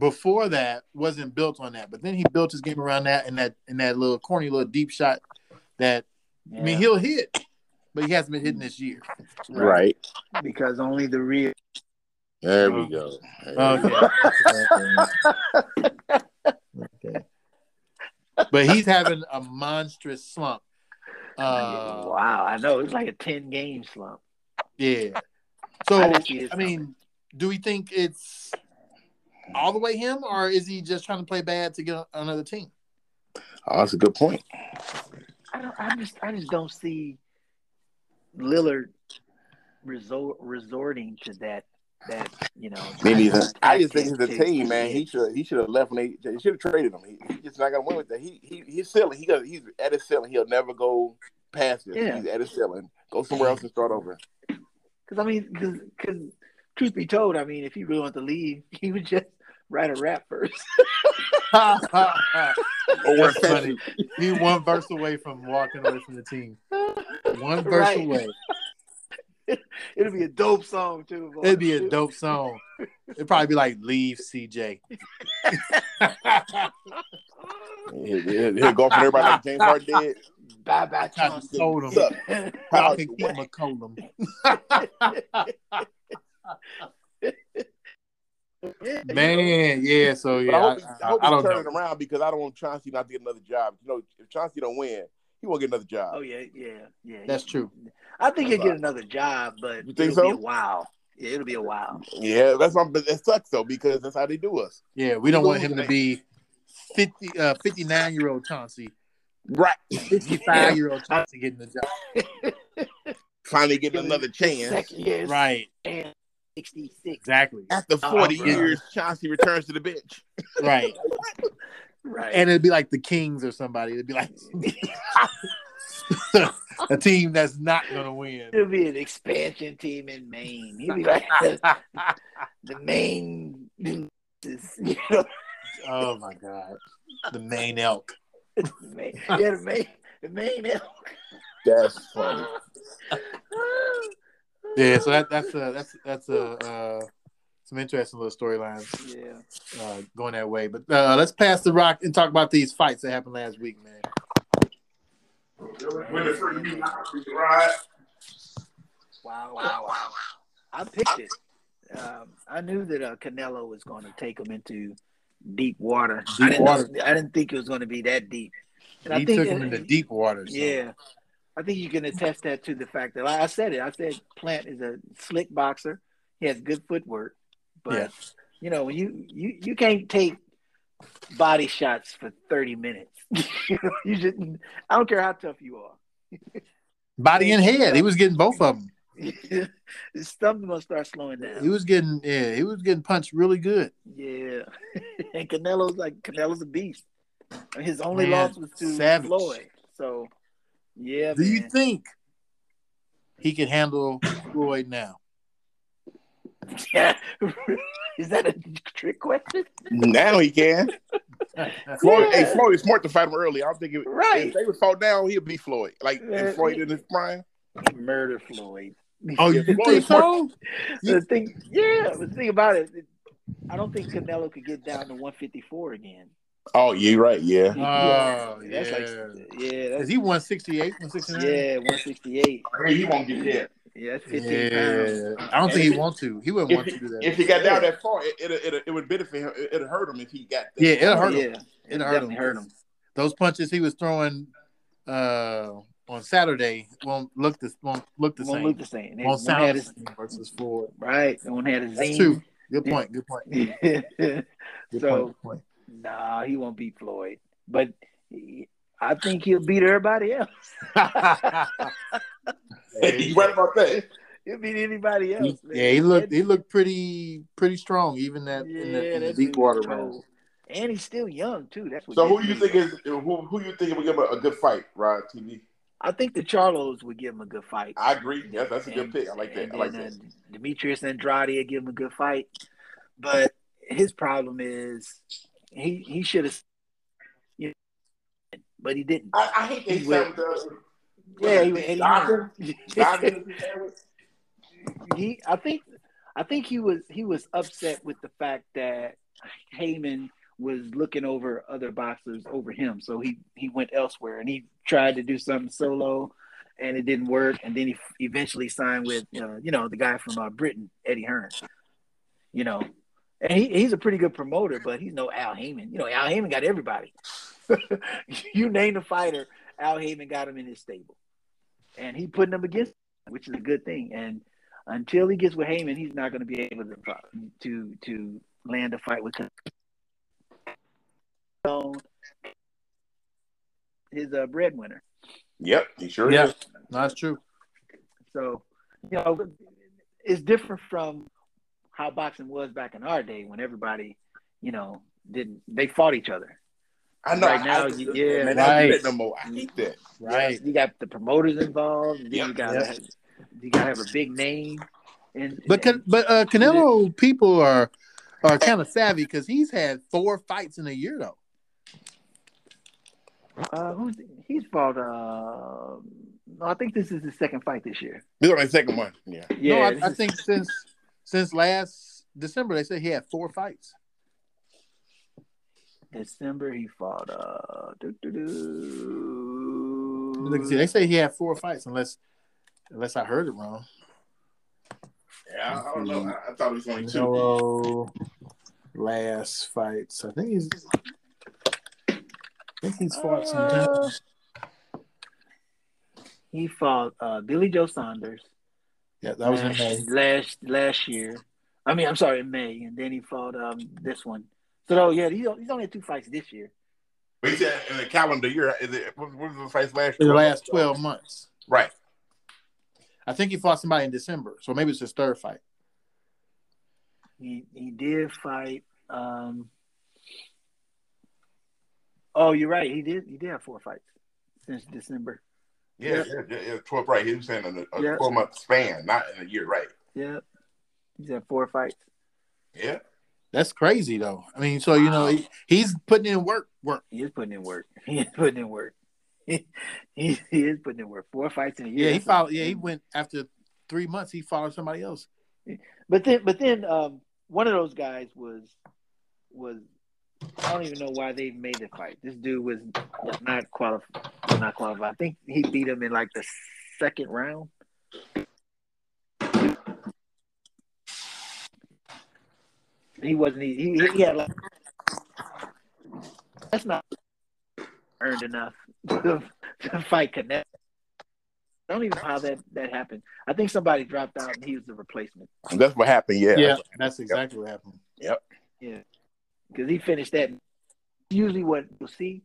Speaker 2: before that wasn't built on that, but then he built his game around that and that and that little corny little deep shot that I mean he'll hit, but he hasn't been hitting this year.
Speaker 1: Right.
Speaker 3: Right.
Speaker 1: because only the real.
Speaker 3: There we go. There we
Speaker 2: Oh. Okay.
Speaker 3: go.
Speaker 2: okay. But he's having a monstrous slump. Uh,
Speaker 1: wow, I know it's like a ten game slump.
Speaker 2: yeah.
Speaker 1: I
Speaker 2: So
Speaker 1: can see this
Speaker 2: I mean, do we think it's all the way him, or is he just trying to play bad to get on another team?
Speaker 3: Oh, that's a good point.
Speaker 1: I don't. I just. I just don't see Lillard resort resorting to that. That you know.
Speaker 3: Me neither.
Speaker 1: tactic
Speaker 3: I just think he's the
Speaker 1: to-
Speaker 3: team, man. He should he should have left when they, they should have traded him. He, he just not gonna win with that. He he he's ceiling. He got he's at his ceiling. He'll never go past this.
Speaker 1: Yeah.
Speaker 3: He's at his ceiling. Go somewhere else and start over.
Speaker 1: Because I mean, because truth be told, I mean, if he really wanted to leave, he would just write a rap first.
Speaker 3: Or
Speaker 2: That's funny. He one verse away from walking away from the team. One verse
Speaker 1: Right.
Speaker 2: away.
Speaker 1: It'd be a dope song too. boy.
Speaker 2: It'd be a dope song. It'd probably be like "Leave CJ."
Speaker 3: he'll, he'll- he'll go from everybody like James Harden did.
Speaker 1: Bye bye,
Speaker 2: I just told him.
Speaker 3: Suck.
Speaker 2: I could keep McCollum. Man, yeah. So
Speaker 3: But
Speaker 2: yeah,
Speaker 3: I hope,
Speaker 2: I,
Speaker 3: he- I,
Speaker 2: I-
Speaker 3: hope
Speaker 2: I
Speaker 3: he
Speaker 2: don't
Speaker 3: turn it
Speaker 2: know.
Speaker 3: around because I don't want Chauncey not to get another job. You know, if Chauncey don't win, he won't get another job.
Speaker 1: Oh yeah, yeah, yeah.
Speaker 2: That's true.
Speaker 1: I think he'll get another job, but
Speaker 3: You think
Speaker 1: it'll be
Speaker 3: so?
Speaker 1: a while. Yeah, it'll be a while.
Speaker 3: Yeah, that's what I'm, but it sucks though because that's how they do us.
Speaker 2: Yeah, we don't want him to be 50, uh, 59 year old Chauncey,
Speaker 3: Right.
Speaker 2: fifty five year old Chauncey getting the job.
Speaker 3: Finally getting another chance.
Speaker 1: Second, yes,
Speaker 2: Right.
Speaker 1: And sixty-six.
Speaker 2: Exactly.
Speaker 3: After 40
Speaker 1: Oh, bro.
Speaker 3: years, Chauncey returns to the bench.
Speaker 2: Right.
Speaker 1: Right.
Speaker 2: and it'd be like the Kings or somebody. It'd be like a team that's not gonna win.
Speaker 1: it'll be an expansion team in Maine. He'll be like the, the Maine. You know,
Speaker 2: oh my god, the main elk.
Speaker 1: Maine, yeah, the Maine, the Maine Elk.
Speaker 3: That's funny.
Speaker 2: Yeah, so that, that's a that's that's a uh, some interesting little storylines
Speaker 1: yeah.
Speaker 2: uh, going that way. But uh, let's pass the rock and talk about these fights that happened last week, man.
Speaker 1: Wow, wow, wow. I picked it. Um, I knew that uh, Canelo was going to take him into deep water. I,
Speaker 2: Deep
Speaker 1: didn't
Speaker 2: water.
Speaker 1: Know, I didn't think it was going to be that deep. And I
Speaker 2: he
Speaker 1: think
Speaker 2: took him into deep waters.
Speaker 1: Yeah. I think you can attest that to the fact that like I said it. I said Plant is a slick boxer. He has good footwork. But
Speaker 2: Yeah.
Speaker 1: you know, you, you you can't take body shots for 30 minutes. you know, you just I don't care how tough you are.
Speaker 2: body and head. He was getting both of them.
Speaker 1: Something's gonna start slowing down.
Speaker 2: He was getting yeah, he was getting punched really good.
Speaker 1: Yeah, and Canelo's like Canelo's a beast. And His only
Speaker 2: Man,
Speaker 1: loss was to
Speaker 2: savage.
Speaker 1: Floyd. So, yeah,
Speaker 2: Do you
Speaker 1: man.
Speaker 2: think he could handle Floyd now?
Speaker 1: Yeah. Is that a trick question?
Speaker 3: Now he can. Floyd,
Speaker 1: Yeah.
Speaker 3: hey, Floyd is smart to fight him early. I don't think it,
Speaker 1: Right.
Speaker 3: if they would fall down, he'd be Floyd. Like
Speaker 1: Yeah.
Speaker 3: and Floyd in his prime.
Speaker 1: Murder Floyd.
Speaker 2: Oh, you
Speaker 3: Floyd
Speaker 2: think
Speaker 3: is smart.
Speaker 2: so?
Speaker 1: The thing, yeah, the thing about it, it- I don't think Canelo could get down to 154 again.
Speaker 3: Oh, yeah, you're right. Yeah.
Speaker 2: Oh,
Speaker 1: that's
Speaker 2: yeah.
Speaker 1: like, yeah,
Speaker 2: Is
Speaker 1: that's,
Speaker 2: he 168, 169?
Speaker 1: yeah, 168.
Speaker 3: He won't get there.
Speaker 1: Yeah, that's 15 pounds.
Speaker 2: Yeah. I don't think he want to. He wouldn't
Speaker 3: If
Speaker 2: want to do that.
Speaker 3: If he got down that far, it it, it, it would benefit him. It, it'd hurt him if he got that.
Speaker 2: yeah, it'll hurt
Speaker 1: yeah,
Speaker 2: him. It'll hurt him.
Speaker 1: definitely hurt him.
Speaker 2: Those punches he was throwing uh, on Saturday won't look the won't look the
Speaker 1: Won't
Speaker 2: same.
Speaker 1: look the same. They
Speaker 2: won't
Speaker 1: won't
Speaker 2: sound
Speaker 1: have
Speaker 2: the
Speaker 1: his-
Speaker 2: same versus Floyd.
Speaker 1: right. They won't have a
Speaker 2: That's
Speaker 1: zine.
Speaker 2: true. Good point. Good point. Good
Speaker 1: So-
Speaker 2: point. Good point.
Speaker 1: nah, he won't beat Floyd, but he- I think he'll beat everybody else.
Speaker 3: you right about that.
Speaker 1: He'll beat anybody else. man.
Speaker 2: yeah, he looked he looked pretty pretty strong even that in the, in the
Speaker 1: that
Speaker 2: deep
Speaker 1: dude
Speaker 2: water
Speaker 1: was
Speaker 2: round.
Speaker 1: cold. And he's still young too. That's what
Speaker 3: So who
Speaker 1: gets
Speaker 3: you
Speaker 1: me.
Speaker 3: think is who who you think would give him a, a good fight, Rod TV?
Speaker 1: I think the Charlos would give him a good fight.
Speaker 3: I agree. Yeah, that's a good
Speaker 1: And-
Speaker 3: pick. I like that.
Speaker 1: and
Speaker 3: I like
Speaker 1: then,
Speaker 3: that.
Speaker 1: uh, Demetrius Andrade would give him a good fight, but his problem is he he should have, you know, but he didn't.
Speaker 3: I, I hate that
Speaker 1: He
Speaker 3: he
Speaker 1: will.
Speaker 3: signed with the
Speaker 1: Yeah, he, and he
Speaker 3: Dodger?
Speaker 1: won.
Speaker 3: Dodgers.
Speaker 1: he I think I think he was he was upset with the fact that Heyman was looking over other boxers over him. So he he went elsewhere and he tried to do something solo and it didn't work and then he f- eventually signed with uh, you know the guy from uh, Britain, Eddie Hearn. You know, and he, he's a pretty good promoter, but he's no Al Heyman. You know, Al Heyman got everybody. you name the fighter, Al Heyman got him in his stable. And he putting them against, which is a good thing. And until he gets with Heyman, he's not going to be able to to to land a fight with Canelo. his uh, breadwinner.
Speaker 3: Yep, he sure
Speaker 2: Yeah,
Speaker 3: is.
Speaker 2: no, that's true.
Speaker 1: So you know, it's different from how boxing was back in our day when everybody, you know, didn't they fought each other.
Speaker 3: I know.
Speaker 1: Right
Speaker 3: I-
Speaker 1: now,
Speaker 3: I,
Speaker 1: you- yeah,
Speaker 3: man, I don't do
Speaker 2: right.
Speaker 3: that no more. I hate that.
Speaker 2: Right.
Speaker 1: You got the promoters involved. And then you
Speaker 3: Yep.
Speaker 1: got
Speaker 2: Yep.
Speaker 1: you got to have a big name. And
Speaker 2: But can, but uh, Canelo people are are kind of savvy because he's had four fights in a year though.
Speaker 1: Uh, who's he's fought? Uh, no, I think this is his second fight this year.
Speaker 3: This is my second one. Yeah.
Speaker 1: Yeah,
Speaker 2: no, I, I think since since last December they said he had four fights.
Speaker 1: December he fought. Uh,
Speaker 2: Look, see, they
Speaker 1: doo-doo-doo.
Speaker 2: say he had four fights unless unless I heard it wrong.
Speaker 3: Yeah, I, I don't know.
Speaker 1: Mm-hmm.
Speaker 3: I, I thought it was only two.
Speaker 1: uh,
Speaker 2: Canelo last fights. I think he's. I think he's fought
Speaker 1: Uh, he fought uh, Billy Joe Saunders
Speaker 2: Yeah, that was in uh,
Speaker 1: last-
Speaker 2: May.
Speaker 1: last last year. I mean, I'm sorry, in May, and then he fought um, this one. So oh, yeah, he's, he's only had two fights this year.
Speaker 3: But he said in the calendar year, is it, what, what was the fight last
Speaker 2: The
Speaker 3: year?
Speaker 2: last twelve months.
Speaker 3: Right.
Speaker 2: I think he fought somebody in December, so maybe it's his third fight.
Speaker 1: He he did fight. Um, oh, you're right. He did. He did have four fights since December.
Speaker 3: Yeah, yeah, yeah, yeah, 12, right. He was saying in a, a
Speaker 1: Yeah.
Speaker 3: 12 month span, not in a year, right.
Speaker 1: Yep. He's had four fights.
Speaker 3: Yeah.
Speaker 2: That's crazy though. I mean, so you know he, he's putting in work. Work.
Speaker 1: He is putting in work. He is putting in work. he, he is putting in work. Four fights in a year.
Speaker 2: Yeah, he
Speaker 1: That's a- mm.
Speaker 2: followed. Yeah, he went after three months. He followed somebody else.
Speaker 1: But then, but then, um, one of those guys was was I don't even know why they made the fight. This dude was was not qualified. Not qualified. I think he beat him in like the second round. He wasn't. He, he, he had like that's not earned enough to, to fight Canelo. I don't even know how that that happened. I think somebody dropped out and he was the replacement.
Speaker 3: And that's what happened. Yeah.
Speaker 2: that's exactly what happened.
Speaker 1: because he finished that. Usually, what you'll see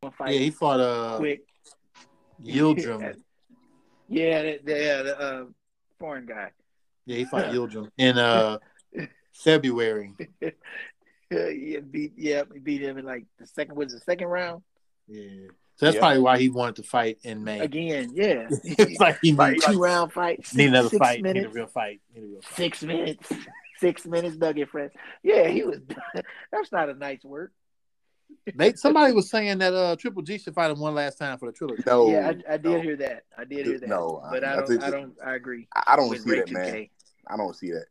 Speaker 1: one fight
Speaker 2: Yeah, he fought uh
Speaker 1: quick.
Speaker 2: Yildirim.
Speaker 1: yeah, the, the, uh, the uh, foreign guy.
Speaker 2: Yeah, he fought Yildirim in uh February.
Speaker 1: yeah, beat yeah, he beat him in like the second was the second round.
Speaker 2: Yeah, So that's
Speaker 3: Yeah.
Speaker 2: probably why he wanted to fight in May.
Speaker 1: Again, yeah.
Speaker 2: it's like he
Speaker 1: like
Speaker 2: needs,
Speaker 1: two round fight. Six,
Speaker 2: need another
Speaker 1: six
Speaker 2: fight. Need a
Speaker 1: Minutes,
Speaker 2: real fight. Need a real fight.
Speaker 1: six minutes. Six minutes, Nugget Friends. Yeah, he was. That's not a nice work.
Speaker 2: They somebody was saying that uh Triple G should fight him one last time for the trilogy.
Speaker 3: No,
Speaker 1: yeah, I, I did
Speaker 3: no.
Speaker 1: hear that. I did hear that.
Speaker 3: No, I-
Speaker 1: but I,
Speaker 3: I
Speaker 1: don't.
Speaker 3: think
Speaker 1: I
Speaker 3: it-
Speaker 1: don't. I agree
Speaker 3: I, I don't
Speaker 1: with
Speaker 3: see
Speaker 1: Ray
Speaker 3: that,
Speaker 1: Two
Speaker 3: man.
Speaker 1: K.
Speaker 3: I don't see that.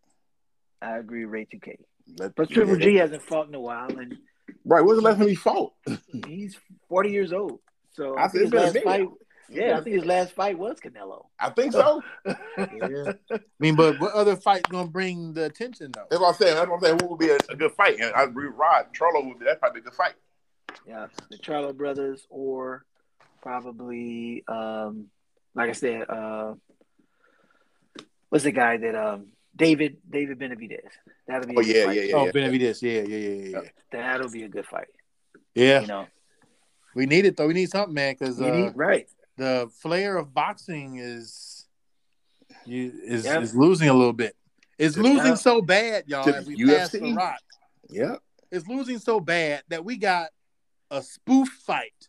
Speaker 1: I agree, Ray Two K.
Speaker 3: Let-
Speaker 1: But Triple G hasn't fought in a while, and
Speaker 3: right? When's the last time he fought?
Speaker 1: he's forty years old. So
Speaker 3: I
Speaker 1: I,
Speaker 3: think
Speaker 1: think his
Speaker 3: it's been a
Speaker 1: last
Speaker 3: minute.
Speaker 1: fight. Yeah,
Speaker 3: Yeah.
Speaker 1: I think his last fight was Canelo.
Speaker 3: I think so.
Speaker 2: Yeah. I mean, but what other fight gonna bring the attention though?
Speaker 3: That's what I'm saying. That's what I'm saying. What would be a, a good fight? And I agree, with Rod Charlo would be that probably a good fight.
Speaker 1: Yeah, the Charlo brothers, or probably, um, like I said, uh, what's the guy that um, David David Benavidez? That'll be. a
Speaker 3: Oh,
Speaker 1: good
Speaker 3: yeah,
Speaker 1: fight.
Speaker 3: yeah, yeah.
Speaker 2: oh, Benavidez, yeah, yeah, yeah, yeah, yeah.
Speaker 1: That'll be a good fight.
Speaker 2: Yeah,
Speaker 1: You know,
Speaker 2: we need it though. We need something, man, because
Speaker 1: You
Speaker 2: uh,
Speaker 1: need- right?
Speaker 2: the flair of boxing is you is,
Speaker 1: Yeah.
Speaker 2: is losing a little bit. It's
Speaker 3: To-
Speaker 2: losing so bad, y'all.
Speaker 3: to
Speaker 2: That we
Speaker 3: UFC.
Speaker 2: passed the rock.
Speaker 3: Yeah.
Speaker 2: It's losing so bad that we got a spoof fight.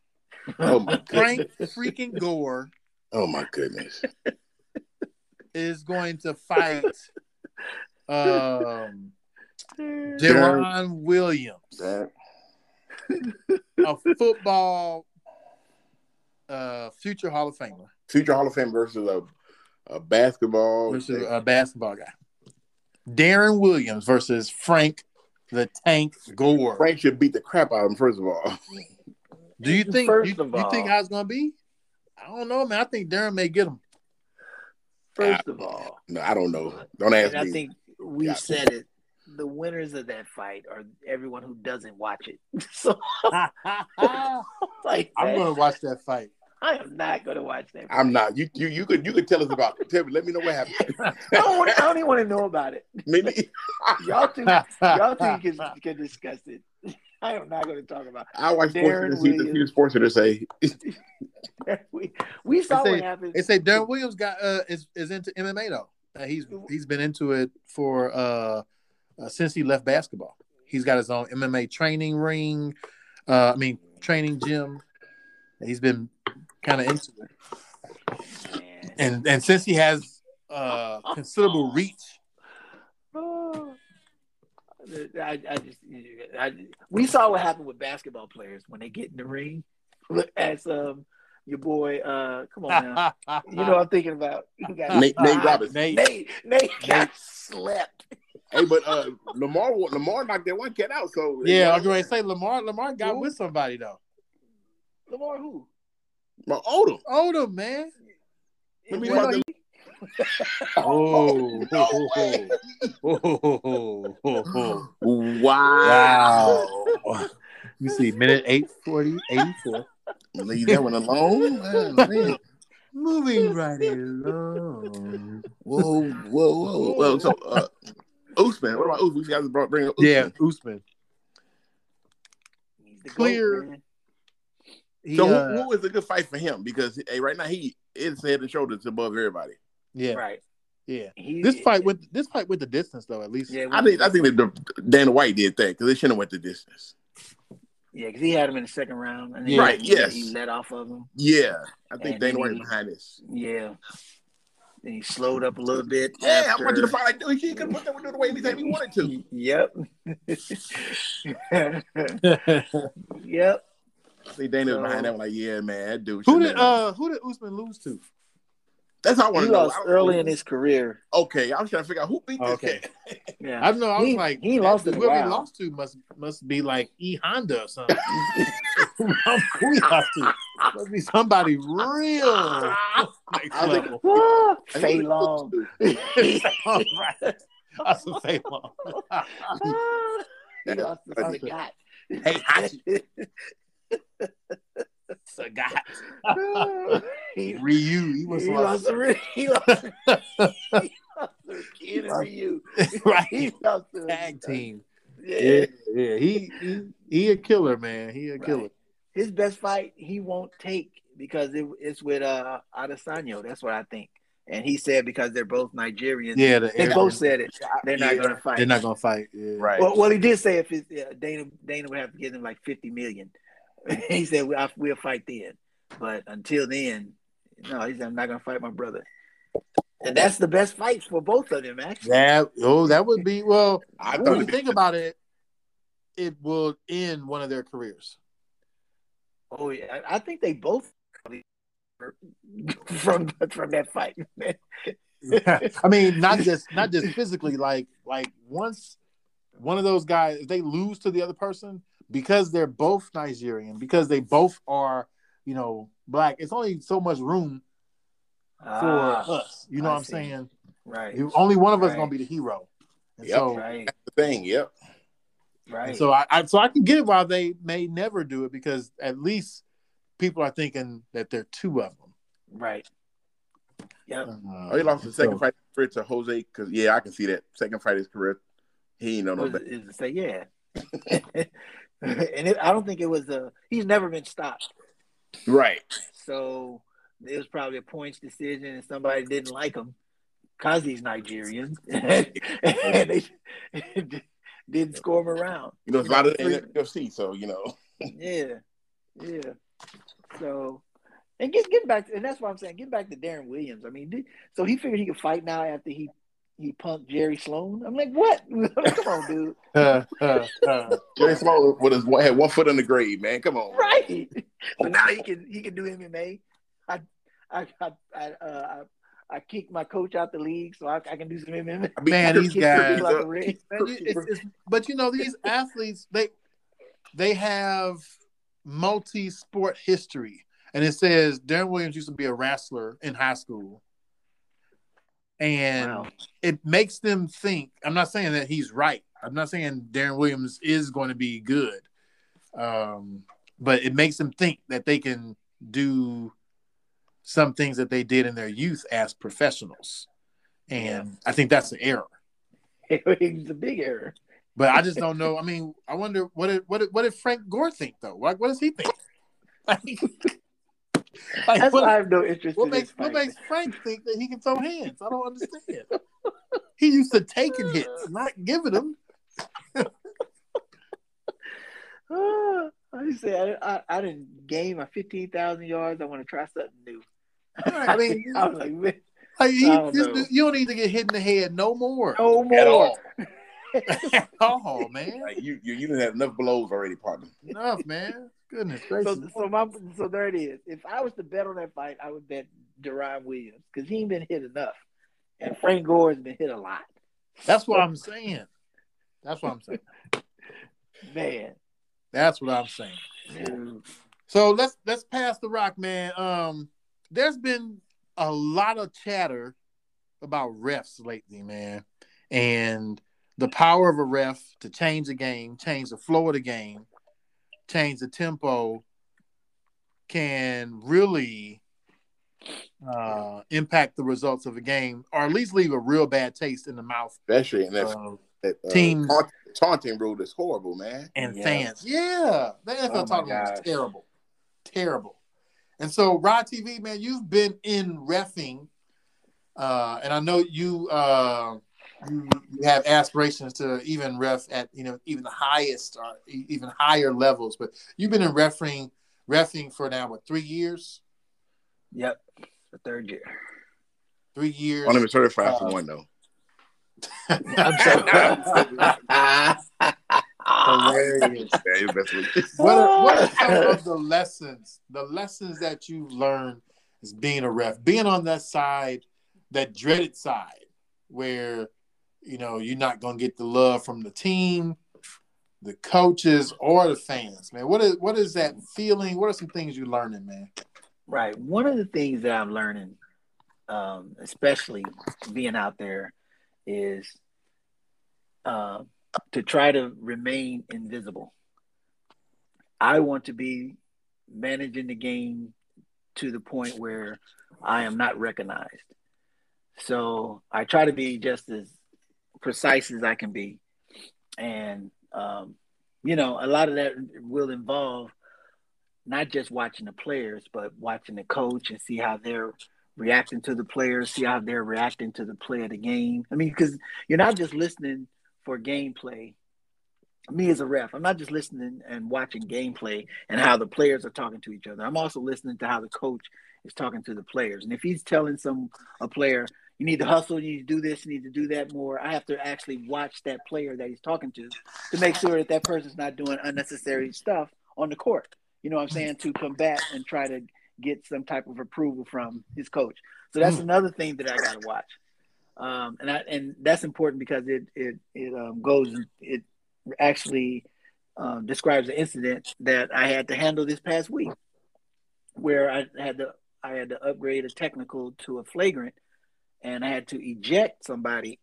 Speaker 3: Oh my
Speaker 2: Frank
Speaker 3: goodness.
Speaker 2: freaking Gore
Speaker 3: Oh my goodness.
Speaker 2: is going to fight um
Speaker 3: Jared-
Speaker 2: Deron Williams,
Speaker 3: That-
Speaker 2: a football uh future Hall of Famer
Speaker 3: Future Hall of Fame versus a, a
Speaker 1: Oh,
Speaker 3: basketball.
Speaker 2: versus uh, a basketball guy. Darren Williams versus Frank the Tank Gore.
Speaker 3: Frank should beat the crap out of him first of all.
Speaker 2: Do you think
Speaker 1: First
Speaker 2: you,
Speaker 1: of
Speaker 2: you think
Speaker 1: all-
Speaker 2: how it's gonna be? I don't know, man. I think Darren may get him.
Speaker 1: First of all,
Speaker 3: No, I don't know. Don't ask
Speaker 1: and I
Speaker 3: me.
Speaker 1: think we
Speaker 3: Yeah.
Speaker 1: said it. The winners of that fight are everyone who doesn't watch it. So like
Speaker 2: I'm
Speaker 1: that,
Speaker 2: gonna watch that fight.
Speaker 1: I am not going to watch that.
Speaker 3: I'm not. You you you could you could tell us about. It. Tell me. Let me know what happened.
Speaker 1: I don't,
Speaker 2: Oh,
Speaker 1: wanna, I don't even want to know about it.
Speaker 3: Maybe
Speaker 1: Y'all two, y'all two can, can discuss it. I am not going to talk about.
Speaker 3: I watch sports
Speaker 1: Darren
Speaker 3: and see the few
Speaker 1: Williams.
Speaker 3: sports that say
Speaker 1: It. We we saw
Speaker 2: They say-
Speaker 1: what happened.
Speaker 2: They say Darren Williams got uh is, is into MMA though. Uh, he's he's been into it for uh, uh since he left basketball. He's got his own MMA training ring. Uh, I mean training gym. He's been kind of into it,
Speaker 1: Man.
Speaker 2: and and since he has uh considerable reach,
Speaker 1: Oh. I, I just, I, we saw what happened with basketball players when they get in the ring. As um, your boy, uh, come on now, you know what I'm thinking about. You got
Speaker 3: Nate, Nate Robinson.
Speaker 2: Ah, Nate,
Speaker 1: Nate, Nate got slept.
Speaker 3: hey, but uh, Lamar wa- Lamar knocked that one cat out. So
Speaker 2: yeah, I was going to say Lamar. Lamar got with somebody though.
Speaker 1: Lamar, who?
Speaker 3: my Odom.
Speaker 2: Odom, man.
Speaker 3: Let me
Speaker 1: It wasn't-
Speaker 3: find
Speaker 2: Oh,
Speaker 3: No way.
Speaker 2: oh. Wow. You see, minute 840, 84.
Speaker 3: Leave that one alone. Oh, man.
Speaker 2: Moving right along.
Speaker 3: Whoa, whoa, whoa, whoa. So, uh, Usman, what about Usman? We guys brought bring up Usman.
Speaker 2: Yeah, Usman.
Speaker 1: he's the GOAT,
Speaker 2: Clear.
Speaker 1: man.
Speaker 2: He,
Speaker 3: So,
Speaker 2: uh,
Speaker 3: who, who is a good fight for him? Because hey, right now he is head and shoulders above everybody.
Speaker 2: yeah,
Speaker 1: Right.
Speaker 2: yeah.
Speaker 1: He,
Speaker 2: This fight went this fight went the distance though, at least.
Speaker 1: Yeah,
Speaker 3: I think I think that the- Dana White did that because they shouldn't have went the distance.
Speaker 1: yeah, because he had him in the second round. And
Speaker 2: Yeah.
Speaker 3: Right,
Speaker 1: He,
Speaker 3: yes.
Speaker 1: He let off of him.
Speaker 3: Yeah, I think
Speaker 1: And
Speaker 3: Dana
Speaker 1: then
Speaker 3: White
Speaker 1: he-
Speaker 3: behind this.
Speaker 1: Yeah. And he slowed up a little bit.
Speaker 3: Yeah, I
Speaker 1: after-
Speaker 3: want you to fight like dude. He could put that one the way anytime he wanted to.
Speaker 1: Yep. yep.
Speaker 3: I think Dana was
Speaker 1: So-
Speaker 3: behind that one. Like, yeah, man, that dude.
Speaker 2: who
Speaker 3: shouldn't
Speaker 2: did
Speaker 3: have-
Speaker 2: uh who did Usman lose to?
Speaker 3: That's how I
Speaker 1: He
Speaker 3: want to know.
Speaker 1: lost
Speaker 3: I don't-
Speaker 1: early in his career.
Speaker 3: Okay, I was trying to figure out who beat this
Speaker 2: Okay.
Speaker 3: cat.
Speaker 1: Yeah.
Speaker 2: I don't know. I was
Speaker 1: He-
Speaker 2: like,
Speaker 1: he
Speaker 2: that
Speaker 1: lost
Speaker 2: dude,
Speaker 1: in a
Speaker 2: whoever he
Speaker 1: while.
Speaker 2: lost to must must be like E Honda or something. Who he lost to must be somebody real. Like,
Speaker 3: I think-
Speaker 2: level.
Speaker 1: Ah,
Speaker 3: I
Speaker 1: Fei
Speaker 3: think it was
Speaker 1: Long.
Speaker 3: dude.
Speaker 2: All right. That's a say long.
Speaker 1: Ah, he lost to
Speaker 3: That's
Speaker 1: Sagat.
Speaker 2: Hey, Hachi. Sagat.
Speaker 1: he
Speaker 2: Ryu. He was
Speaker 1: he
Speaker 2: lost.
Speaker 1: lost to Ryu. He lost to Ken and Ryu.
Speaker 2: right.
Speaker 1: He lost to
Speaker 2: Tag team.
Speaker 1: yeah.
Speaker 2: yeah. He, he he a killer, man. He a
Speaker 1: Right.
Speaker 2: killer.
Speaker 1: his best fight he won't take because it, it's with uh Adesanyo. That's what I think. And he said because they're both Nigerians.
Speaker 2: Yeah, the
Speaker 1: They
Speaker 2: air-
Speaker 1: both said it. They're not
Speaker 3: Yeah.
Speaker 1: going to fight.
Speaker 2: they're not gonna fight. Yeah.
Speaker 3: Right.
Speaker 1: well, well, he did say if it's, uh, Dana Dana would have to give him like fifty million. he said we, I, we'll fight then. But until then, no, he's I'm not gonna fight my brother. And that's the best fight for both of them, actually.
Speaker 2: That oh, that would be well.
Speaker 3: I
Speaker 2: when
Speaker 3: thought
Speaker 2: you
Speaker 3: it'd be-
Speaker 2: think about it, it will end one of their careers.
Speaker 1: Oh yeah, I I think they both from from that fight.
Speaker 2: I mean, not just not just physically, like like once one of those guys, if they lose to the other person because they're both Nigerian, because they both are, you know, black. It's only so much room for
Speaker 1: Ah,
Speaker 2: us. You know
Speaker 1: I
Speaker 2: what I'm
Speaker 1: see.
Speaker 2: saying?
Speaker 1: right,
Speaker 2: You- Only one of us is
Speaker 1: Right.
Speaker 2: gonna be the hero. And
Speaker 3: Yep.
Speaker 2: so,
Speaker 1: right,
Speaker 3: the thing. Yep.
Speaker 2: and
Speaker 1: right.
Speaker 2: so I, I so I can get why they may never do it because at least people are thinking that there are two of them.
Speaker 1: Right. Yep.
Speaker 2: Uh,
Speaker 3: Oh, he lost the second
Speaker 2: so-
Speaker 3: fight of his career to Jose. Because yeah, I can see that second fight of his career. He ain't no no.
Speaker 1: Was, is to say yeah. and it, I don't think it was a. He's never been stopped,
Speaker 3: Right.
Speaker 1: so it was probably a points decision, and somebody didn't like him because he's Nigerian, and they didn't score him around.
Speaker 3: You know, it's a lot of in the UFC. So you know.
Speaker 1: Yeah, yeah. So, and get getting back, to, and that's why I'm saying getting back to Darren Williams. I mean, did, so he figured he could fight now after he he punked Jerry Sloan. I'm like, what? Come on, dude.
Speaker 2: Uh, uh, uh.
Speaker 3: Jerry Small with his one, had one foot in the grave, man. Come on.
Speaker 1: Right. So now he can he can do MMA. I I I I, uh, I, I kicked my coach out the league, so I, I can do some MMA.
Speaker 3: I mean,
Speaker 2: Man,
Speaker 3: Kirk-
Speaker 2: these
Speaker 3: Kirk-
Speaker 2: guys-
Speaker 1: Like a red-
Speaker 2: Man, you- it's- it's- but you know these athletes they they have multi-sport history and it says darren williams used to be a wrestler in high school and
Speaker 1: Wow.
Speaker 2: it makes them think i'm not saying that he's right i'm not saying darren williams is going to be good um, but it makes them think that they can do some things that they did in their youth as professionals and i think that's an error
Speaker 1: it was a big error.
Speaker 2: but I just don't know. I mean, I wonder what did what did, what did Frank Gore think though? Like, what does he think? Like, like,
Speaker 1: That's
Speaker 2: what,
Speaker 1: why I have no interest.
Speaker 2: what
Speaker 1: in
Speaker 2: makes
Speaker 1: this
Speaker 2: what
Speaker 1: fight.
Speaker 2: makes Frank think that he can throw hands? I don't understand. he used to taking
Speaker 1: Uh.
Speaker 2: hits, not giving them.
Speaker 1: Ah, I said I, I, I didn't gain my fifteen thousand yards. I want to try something new.
Speaker 2: I mean,
Speaker 1: I was like, man,
Speaker 2: like, he,
Speaker 1: I don't
Speaker 2: this
Speaker 1: know.
Speaker 2: dude- you don't need to get hit in the head no more.
Speaker 1: no
Speaker 3: At
Speaker 1: more.
Speaker 3: all.
Speaker 2: At all, man.
Speaker 3: Like, you, you, you didn't have enough blows already, partner.
Speaker 2: Enough, man. Goodness gracious.
Speaker 1: So, so my, so there it is. If I was to bet on that fight, I would bet Deron Williams because he ain't been hit enough, and Frank Gore has been hit a lot.
Speaker 2: That's what I'm saying. That's what I'm saying.
Speaker 1: Man,
Speaker 2: That's what I'm saying.
Speaker 1: dude.
Speaker 2: So let's let's pass the rock, man. Um, there's been a lot of chatter about refs lately, man, and the power of a ref to change the game, change the flow of the game, change the tempo can really uh, impact the results of a game, or at least leave a real bad taste in the mouth
Speaker 3: Especially in that,
Speaker 2: of
Speaker 3: that uh,
Speaker 2: teams.
Speaker 3: taunt- taunting rule that's horrible, man.
Speaker 2: and
Speaker 1: Yeah.
Speaker 2: fans. Yeah, the
Speaker 1: Oh
Speaker 2: NFL
Speaker 1: my
Speaker 2: talking about
Speaker 1: gosh.
Speaker 2: is terrible, terrible. And so, Rod TV, man, you've been in refing, uh, and I know you uh, you you have aspirations to even ref at you know even the highest or e- even higher levels. But you've been in refing refing for now what three years?
Speaker 1: yep, the third year.
Speaker 2: Three years.
Speaker 3: Only been certified for
Speaker 2: Uh,
Speaker 3: one though.
Speaker 1: I'm sorry.
Speaker 2: Hilarious.
Speaker 3: Yeah, you're best with
Speaker 2: what are, what are some of the lessons the lessons that you've learned is being a ref being on that side that dreaded side where you know you're not going to get the love from the team the coaches or the fans man what is what is that feeling what are some things you're learning man
Speaker 1: Right. One of the things that I'm learning, um, especially being out there, is uh, to try to remain invisible. I want to be managing the game to the point where I am not recognized. So I try to be just as precise as I can be. And, um, you know, a lot of that will involve not just watching the players, but watching the coach and see how they're reacting to the players, see how they're reacting to the play of the game. I mean, because you're not just listening for gameplay me as a ref, I'm not just listening and watching gameplay and how the players are talking to each other. I'm also listening to how the coach is talking to the players. And if he's telling some a player, you need to hustle, you need to do this, you need to do that more, I have to actually watch that player that he's talking to to make sure that that person's not doing unnecessary stuff on the court. You know what I'm saying? To combat and try to get some type of approval from his coach. So that's another thing that I got to watch. Um, and I, and that's important because it it it um, goes it actually uh, describes the incident that I had to handle this past week, where I had to I had to upgrade a technical to a flagrant, and I had to eject somebody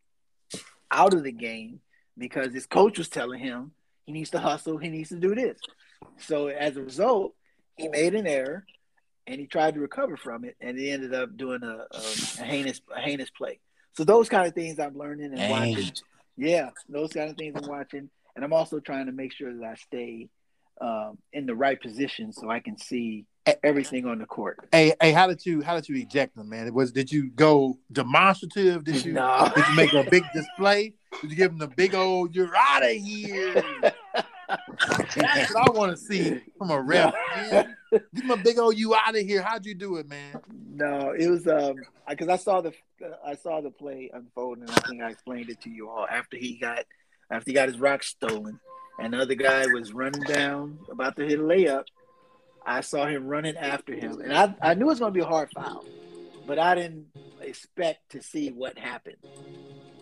Speaker 1: out of the game because his coach was telling him he needs to hustle, he needs to do this. So as a result, he made an error, and he tried to recover from it, and he ended up doing a, a, a heinous a heinous play. So those kind of things I'm learning and
Speaker 2: Dang.
Speaker 1: watching yeah, those kind of things I'm watching, and I'm also trying to make sure that I stay um, in the right position so I can see everything on the court.
Speaker 2: Hey, hey, how did you how did you eject him, man? It was did you go demonstrative? Did you
Speaker 1: No,
Speaker 2: did you make a big display? Did you give him the big old "You're out of here"? That's what I want to see from a ref. man. Give him a big old "You out of here." How'd you do it, man?
Speaker 1: no, it was um because I saw the I saw the play unfold, and I think I explained it to you all after he got after he got his rock stolen, and the other guy was running down about to hit a layup. I saw him running after him, and I I knew it was going to be a hard foul, but I didn't expect to see what happened.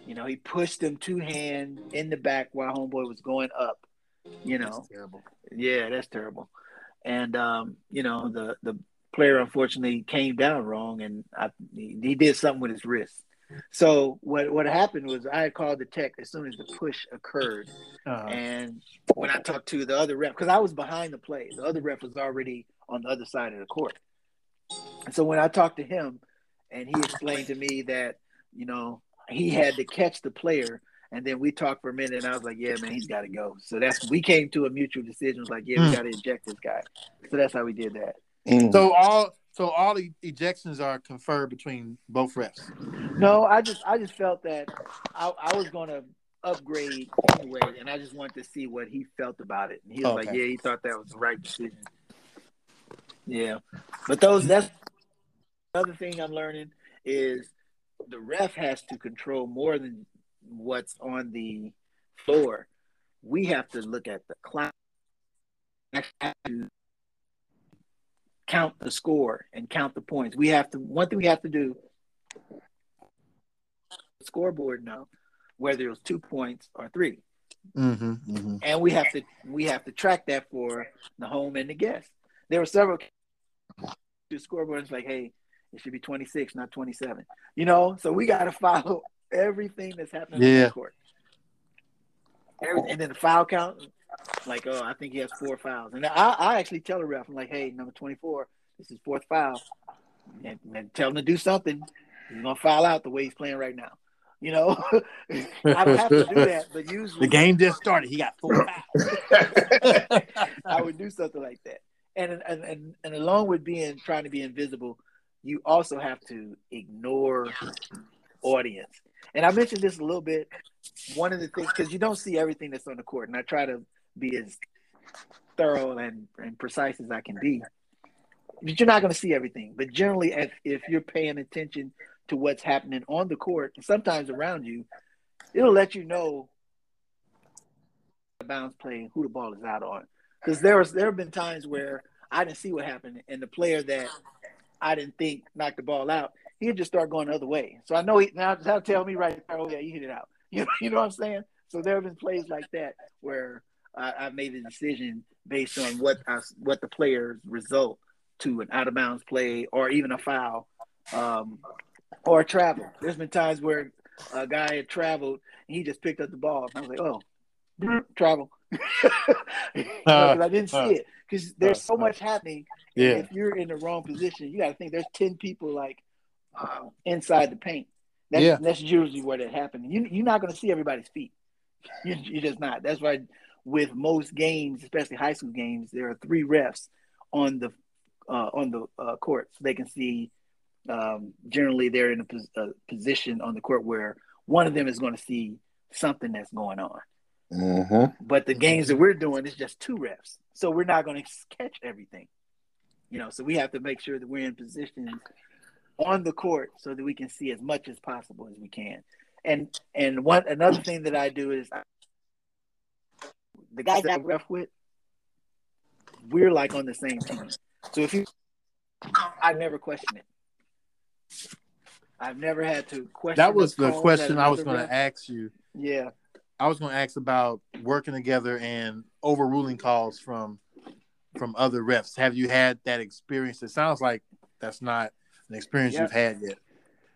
Speaker 1: You know, he pushed him two hand in the back while homeboy was going up. You know,
Speaker 2: That's terrible.
Speaker 1: yeah, that's terrible. And um, you know, the the player unfortunately came down wrong, and I, he, he did something with his wrist. So what what happened was I had called the tech as soon as the push occurred,
Speaker 2: Uh,
Speaker 1: and when I talked to the other ref, because I was behind the play, the other ref was already on the other side of the court. And so when I talked to him, and he explained to me that you know he had to catch the player, and then we talked for a minute, and I was like, "Yeah, man, he's got to go." So that's we came to a mutual decision. was like, "Yeah, we
Speaker 2: Hmm.
Speaker 1: got to eject this guy." So that's how we did that.
Speaker 2: so all so all the ejections are conferred between both refs.
Speaker 1: No, I just I just felt that I, I was gonna upgrade anyway, and I just wanted to see what he felt about it. And he was like,
Speaker 2: Okay.
Speaker 1: "Yeah, he thought that was the right decision." Yeah, but those that's another thing I'm learning is the ref has to control more than what's on the floor. We have to look at the clock. I have to count the score and count the points. We have to one thing we have to do scoreboard now, whether it was two points or three.
Speaker 2: Mm-hmm, mm-hmm.
Speaker 1: And we have to we have to track that for the home and the guest. There were several the scoreboards like, hey, it should be twenty six, not twenty seven. You know, so we gotta follow everything that's happening on
Speaker 2: Yeah.
Speaker 1: the court. Every- and then the foul count, like, oh, I think he has four fouls. And I, I actually tell the ref, I'm like, hey, number twenty four, this is fourth foul. And, and tell him to do something. He's gonna foul out the way he's playing right now. You know, I don't have to do that, but usually
Speaker 2: The game just started. He got four fouls.
Speaker 1: I would do something like that. And and, and and along with being trying to be invisible, you also have to ignore audience. And I mentioned this a little bit. One of the things because you don't see everything that's on the court, and I try to be as thorough and, and precise as I can be. But you're not going to see everything. But generally, if, if you're paying attention to what's happening on the court, and sometimes around you, it'll let you know the bounds play, who the ball is out on. Because there was there have been times where I didn't see what happened, and the player that I didn't think knocked the ball out, he'd just start going the other way. So I know he now that'll tell me right there, oh yeah, you hit it out. You know, you know what I'm saying? So there have been plays like that where I, I made a decision based on what I, what the player's result to an out of bounds play or even a foul um, or travel. There's been times where a guy had traveled and he just picked up the ball. And I was like, oh, travel. You know, 'cause I didn't see
Speaker 2: Uh,
Speaker 1: it because there's so
Speaker 2: uh,
Speaker 1: much happening
Speaker 2: yeah.
Speaker 1: if you're in the wrong position, you got to think there's ten people like uh, inside the paint. That's,
Speaker 2: Yeah.
Speaker 1: that's usually where that happens. You you're not going to see everybody's feet. You, you're just not. That's why with most games, especially high school games, there are three refs on the uh, on the uh, court, so they can see. Um, generally, they're in a, uh, pos- a position on the court where one of them is going to see something that's going on.
Speaker 3: Mm-hmm.
Speaker 1: But the games that we're doing is just two refs, so we're not going to catch everything. You know, so we have to make sure that we're in positions on the court so that we can see as much as possible as we can. And and one another thing that I do is I, the guys that I ref with, we're like on the same team. So if you, I never question it. I've never had to question.
Speaker 2: That was the
Speaker 1: calls
Speaker 2: question
Speaker 1: that
Speaker 2: I was
Speaker 1: another ref-
Speaker 2: going to ask you.
Speaker 1: Yeah,
Speaker 2: I was going to ask about working together and overruling calls from from other refs. Have you had that experience? It sounds like that's not an experience
Speaker 1: Yeah.
Speaker 2: you've had yet.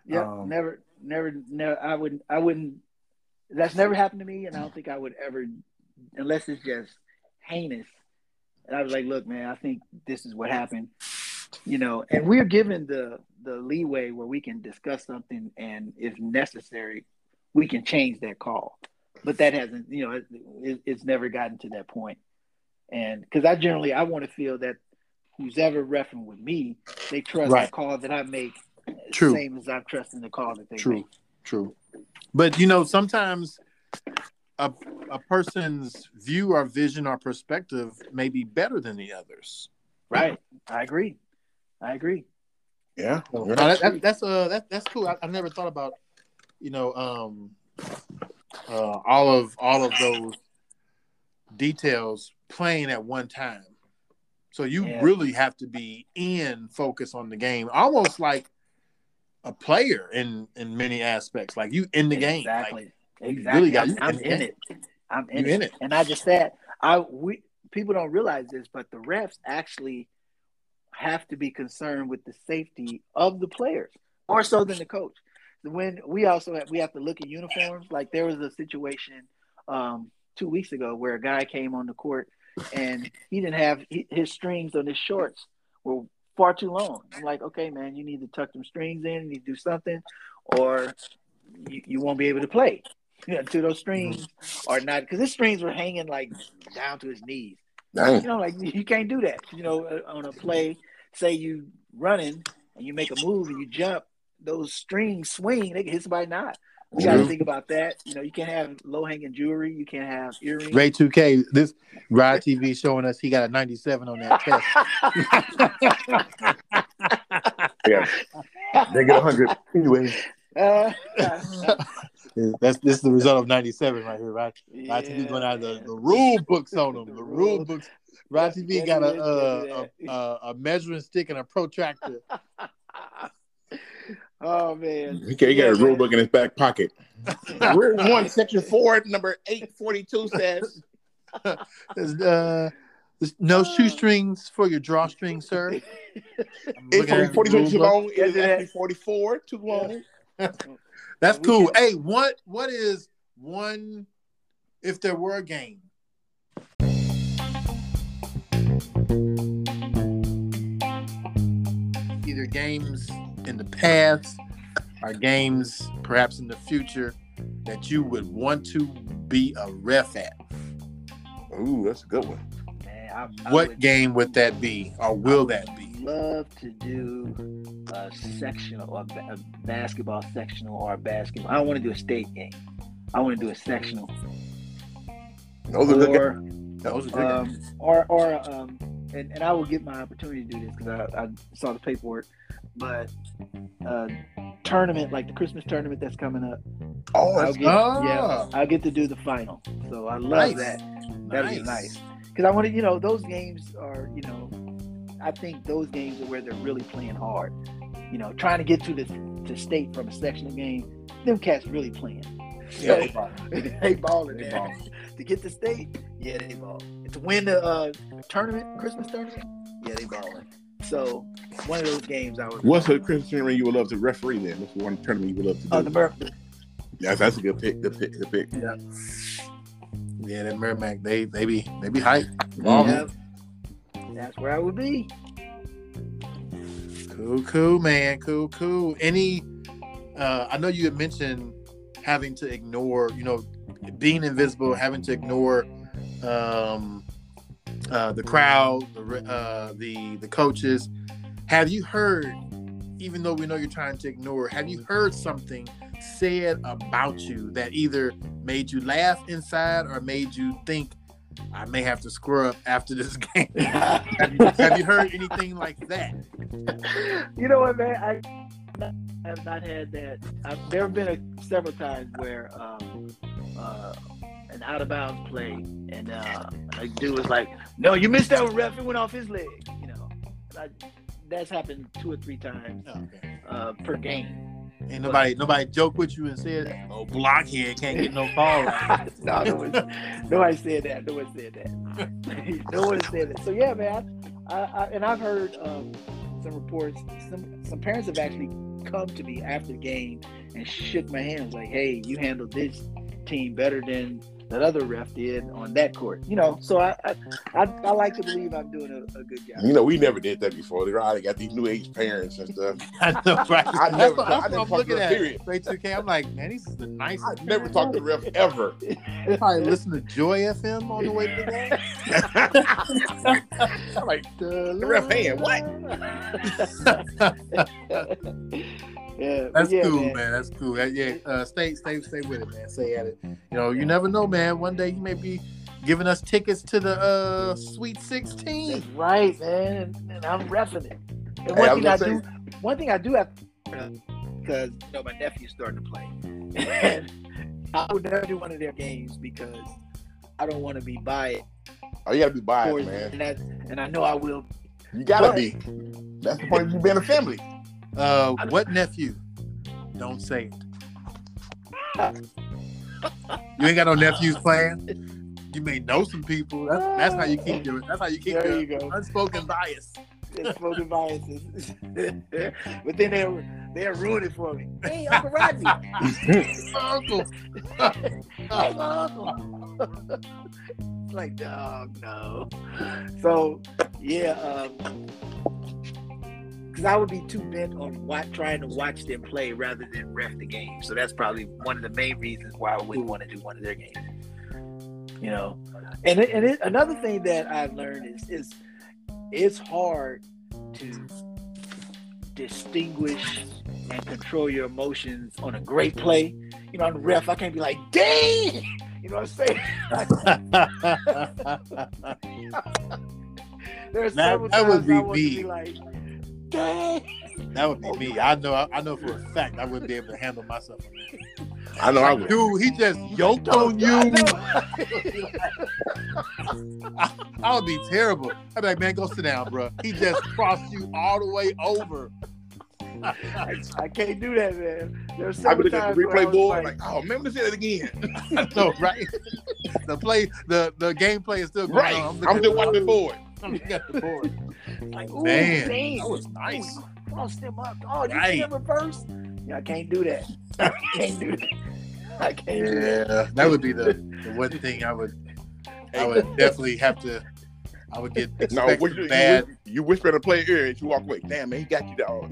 Speaker 1: yeah.
Speaker 2: Um,
Speaker 1: never, never, never. I wouldn't. I wouldn't. That's never happened to me, and I don't think I would ever, unless it's just heinous. And I was like, "Look, man, I think this is what happened," you know. And we're given the the leeway where we can discuss something, and if necessary, we can change that call. But that hasn't, you know, it, it, it's never gotten to that point. And because I generally I want to feel that who's ever reffing with me, they trust
Speaker 2: Right.
Speaker 1: the call that I make
Speaker 2: True.
Speaker 1: same as I'm trusting the call that they
Speaker 2: True,
Speaker 1: make.
Speaker 2: true. But you know, sometimes a a person's view or vision or perspective may be better than the others.
Speaker 1: Right. I agree. I agree.
Speaker 3: Yeah.
Speaker 2: So that, that, that's uh that, that's cool. I, I never thought about you know um uh, all of all of those details playing at one time. So you
Speaker 1: Yeah.
Speaker 2: really have to be in focus on the game, almost like a player in in many aspects. Like you in the game, Like,
Speaker 1: Exactly.
Speaker 2: you
Speaker 1: exactly.
Speaker 2: really got-
Speaker 1: I'm,
Speaker 2: you
Speaker 1: I'm
Speaker 2: in the
Speaker 1: in
Speaker 2: game.
Speaker 1: it. I'm in,
Speaker 2: You
Speaker 1: it.
Speaker 2: in it.
Speaker 1: And I just said I we people don't realize this, but the refs actually have to be concerned with the safety of the players, more so than the coach. When we also have, we have to look at uniforms. Like there was a situation um, two weeks ago where a guy came on the court and he didn't have he- his strings on his shorts were far too long. I'm like, okay, man, you need to tuck them strings in. You need to do something, or you, you won't be able to play until those strings are not because his strings were hanging like down to his knees. You
Speaker 3: Dang.
Speaker 1: know, like you can't do that. You know, uh, on a play, say you running and you make a move and you jump, those strings swing, they can hit somebody. Not. We got to
Speaker 3: Mm-hmm.
Speaker 2: True.
Speaker 1: think about that. You know, you can't have low hanging jewelry. You can't have earrings.
Speaker 2: Ray 2K, this Rod TV showing us he got a 97 on that test.
Speaker 3: Yeah. They get 100 anyway.
Speaker 1: Uh,
Speaker 2: That's this is the result of 97 right here, Rod. Rod TV going out of the,
Speaker 1: yeah.
Speaker 2: the rule books on him.
Speaker 1: The
Speaker 2: The
Speaker 1: rule-
Speaker 2: rule books. Rod TV got a, uh,
Speaker 1: That's-
Speaker 2: a, a a measuring stick and a protractor.
Speaker 1: Ah. Oh man.
Speaker 3: Okay, he got his rule book in his back pocket. Rule one, section four, number 842 says.
Speaker 2: There's, uh, there's no shoestrings for your drawstring, sir. I'm looking at the
Speaker 3: 842
Speaker 2: rule
Speaker 3: too
Speaker 2: book.
Speaker 3: long. It is actually 44 too long.
Speaker 2: That's
Speaker 1: We
Speaker 2: cool.
Speaker 1: can-
Speaker 2: Hey, what what is one if there were a game? Either games in the past or games perhaps in the future that you would want to be a ref at.
Speaker 3: Ooh, that's a good one.
Speaker 1: Man, I, I
Speaker 2: What
Speaker 1: would
Speaker 2: game would that be or will that be?
Speaker 1: Love to do a sectional or ba- a basketball sectional or a basketball. I don't want to do a state game. I want to do a sectional
Speaker 3: Those are good
Speaker 1: or
Speaker 3: guys.
Speaker 2: Those are good games.
Speaker 1: um, or or um, and, and I will get my opportunity to do this because I, I saw the paperwork, but uh, tournament like the Christmas tournament that's coming up.
Speaker 3: Oh,
Speaker 1: I'll
Speaker 3: that's
Speaker 1: get,
Speaker 2: Oh.
Speaker 1: yeah, I'll get to do the final. So I love
Speaker 2: Nice.
Speaker 1: that. That'd be nice. Because I want to, you know, those games are, you know, I think those games are where they're really playing hard. You know, trying to get to the to state from a sectional game, them cats really playing.
Speaker 2: Yeah, they
Speaker 1: they balling.
Speaker 2: They
Speaker 1: man. to get to state, yeah, they ball. To win the uh, tournament, Christmas tournament, yeah, they balling. So one of those games I was.
Speaker 3: What's a Christmas tournament you would love to referee then? What's one tournament you would love to do?
Speaker 1: Oh, the Murph.
Speaker 3: Yes, that's a good pick. Good pick. Good pick.
Speaker 2: Yeah, that Merrimack, they they be they be hype.
Speaker 1: Yeah, that's where I would be.
Speaker 2: Cool, cool, man. Cool, cool. Any, uh, I know you had mentioned having to ignore, you know, being invisible, having to ignore um, uh, the crowd, the, re- uh, the the coaches. Have you heard, even though we know you're trying to ignore, have you heard something said about you that either made you laugh inside or made you think I may have to screw up after this game? have, you, have you heard anything like that?
Speaker 1: You know what, man? I I have not had that. I've, there have been a, several times where um, uh, an out of bounds play, and uh, a dude was like, "No, you missed that one, ref. It went off his leg." You know, I, that's happened two or three times
Speaker 2: Oh, okay.
Speaker 1: uh, per game.
Speaker 2: Ain't nobody nobody joke with you and said, "Oh, blockhead can't get no ball." Right.
Speaker 1: no, no one, nobody said that. No one said that. no one said that. So yeah, man. I, I, and I've heard um, some reports. Some some parents have actually come to me after the game and shook my hands like, "Hey, you handled this team better than that other ref did on that court." You know. So I I, I, I like to believe I'm doing a, a good job.
Speaker 3: You know, we never did that before. They already got these new age parents and stuff.
Speaker 2: I know, right?
Speaker 3: I
Speaker 2: That's
Speaker 3: never-
Speaker 2: what-
Speaker 3: I
Speaker 2: that's what
Speaker 3: never
Speaker 2: I'm
Speaker 3: fucked
Speaker 2: looking
Speaker 3: up,
Speaker 2: at.
Speaker 3: period.
Speaker 2: Straight to the K. I'm like, man, these is the nicest.
Speaker 3: I never talked to the ref ever.
Speaker 2: Probably listen to Joy FM on the way to the game.
Speaker 3: I'm like, the ref hand, what?
Speaker 1: yeah, but
Speaker 2: That's
Speaker 1: yeah,
Speaker 2: cool, man. That's cool. That- yeah, uh, stay, stay, stay with it, man. Stay at it. You know, you never know, man. One day you may be giving us tickets to the uh, Sweet Sixteen.
Speaker 1: That's right, man. And, and I'm repping it. And
Speaker 3: Hey,
Speaker 1: one
Speaker 3: I
Speaker 1: thing
Speaker 3: was gonna
Speaker 1: I
Speaker 3: say-
Speaker 1: do, one thing I do have, because you know my nephew's starting to play, and I would never do one of their games because I don't want to be biased.
Speaker 3: Oh, you gotta be biased,
Speaker 1: towards-
Speaker 3: man.
Speaker 1: and, that's, and I know I will.
Speaker 3: You gotta
Speaker 1: But-
Speaker 3: be. That's the point of you being a family.
Speaker 2: Uh, what nephew? Don't say it. You ain't got no nephews playing. You may know some people. That's, that's how you keep your. That's how you keep
Speaker 1: There
Speaker 2: your
Speaker 1: you go.
Speaker 2: unspoken bias.
Speaker 1: It's smoking biases, but then they they ruin it for me. Hey, Uncle Rodney,
Speaker 2: Uncle.
Speaker 1: Hey, my uncle. It's like, dog, no. So, yeah, um, because I would be too bent on wa- trying to watch them play rather than ref the game. So that's probably one of the main reasons why I wouldn't want to do one of their games. You know, and it, and it, another thing that I've learned is is it's hard to distinguish and control your emotions on a great play. You know, I'm the ref. I can't be like, dang. You know what I'm saying? There's
Speaker 2: That-
Speaker 1: several
Speaker 2: that would
Speaker 1: times I
Speaker 2: be
Speaker 1: want to
Speaker 2: me.
Speaker 1: be like, dang.
Speaker 2: That would be me. I know. I know for a fact I wouldn't be able to handle myself.
Speaker 3: I know I would.
Speaker 2: Dude, he just yoked on
Speaker 1: I
Speaker 2: you.
Speaker 1: know.
Speaker 2: I would be terrible. I'd be like, man, go sit down, bro. He just crossed you all the way over.
Speaker 1: I, I can't do that, man. There's
Speaker 3: I've
Speaker 1: several
Speaker 3: been looking at
Speaker 1: times
Speaker 3: the
Speaker 1: where I
Speaker 3: replay
Speaker 1: was
Speaker 3: board,
Speaker 1: like,
Speaker 3: like, oh, man, let's say that again.
Speaker 2: No, right? The play, the the gameplay is still going
Speaker 3: Right.
Speaker 2: on.
Speaker 3: I'm just watching the board.
Speaker 2: I'm looking at the board.
Speaker 1: like, ooh,
Speaker 2: Man,
Speaker 1: dang.
Speaker 2: that was
Speaker 1: Ooh,
Speaker 2: nice.
Speaker 1: you crossed him up. Oh, you see
Speaker 2: Right.
Speaker 1: him reverse? Yeah, I can't do that. I can't do that. I can't do that.
Speaker 2: Yeah, that would be the, the one thing I would. I would definitely have to. I would get
Speaker 3: No,
Speaker 2: expected
Speaker 3: what you,
Speaker 2: bad.
Speaker 3: you, you whisper to play ear and you walk away. Damn, man, he got you, dog.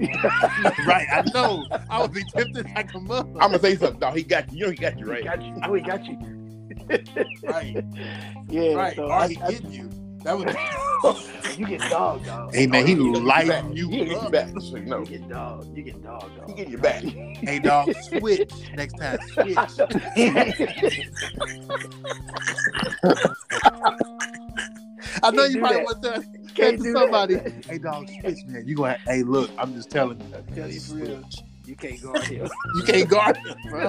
Speaker 2: right, I know. I would be tempted like a mother.
Speaker 3: I'm gonna say something. No, he got you. You know he got you,
Speaker 1: He
Speaker 3: right?
Speaker 1: got you. Oh, he got you.
Speaker 2: right,
Speaker 1: Yeah.
Speaker 2: right.
Speaker 1: So
Speaker 2: Or
Speaker 1: I,
Speaker 2: he getting you. That would.
Speaker 1: I, you get dog, dog.
Speaker 2: Hey man, he
Speaker 3: He gonna get
Speaker 2: lighting
Speaker 3: back. He
Speaker 2: you
Speaker 3: gonna
Speaker 2: up.
Speaker 3: get you back. So, you
Speaker 1: You
Speaker 3: know,
Speaker 1: get dog. You get dog,
Speaker 3: he
Speaker 1: dog.
Speaker 3: get you back.
Speaker 2: Hey dog, switch next time. Switch. I know
Speaker 1: Can't
Speaker 2: you
Speaker 1: do
Speaker 2: probably
Speaker 1: that.
Speaker 2: want to.
Speaker 1: Can't do
Speaker 2: somebody.
Speaker 1: That.
Speaker 2: Hey dog, switch man. You gonna? Hey look, I'm just telling you.
Speaker 1: I'm telling you for real. You can't go out here.
Speaker 2: You can't guard him, bro.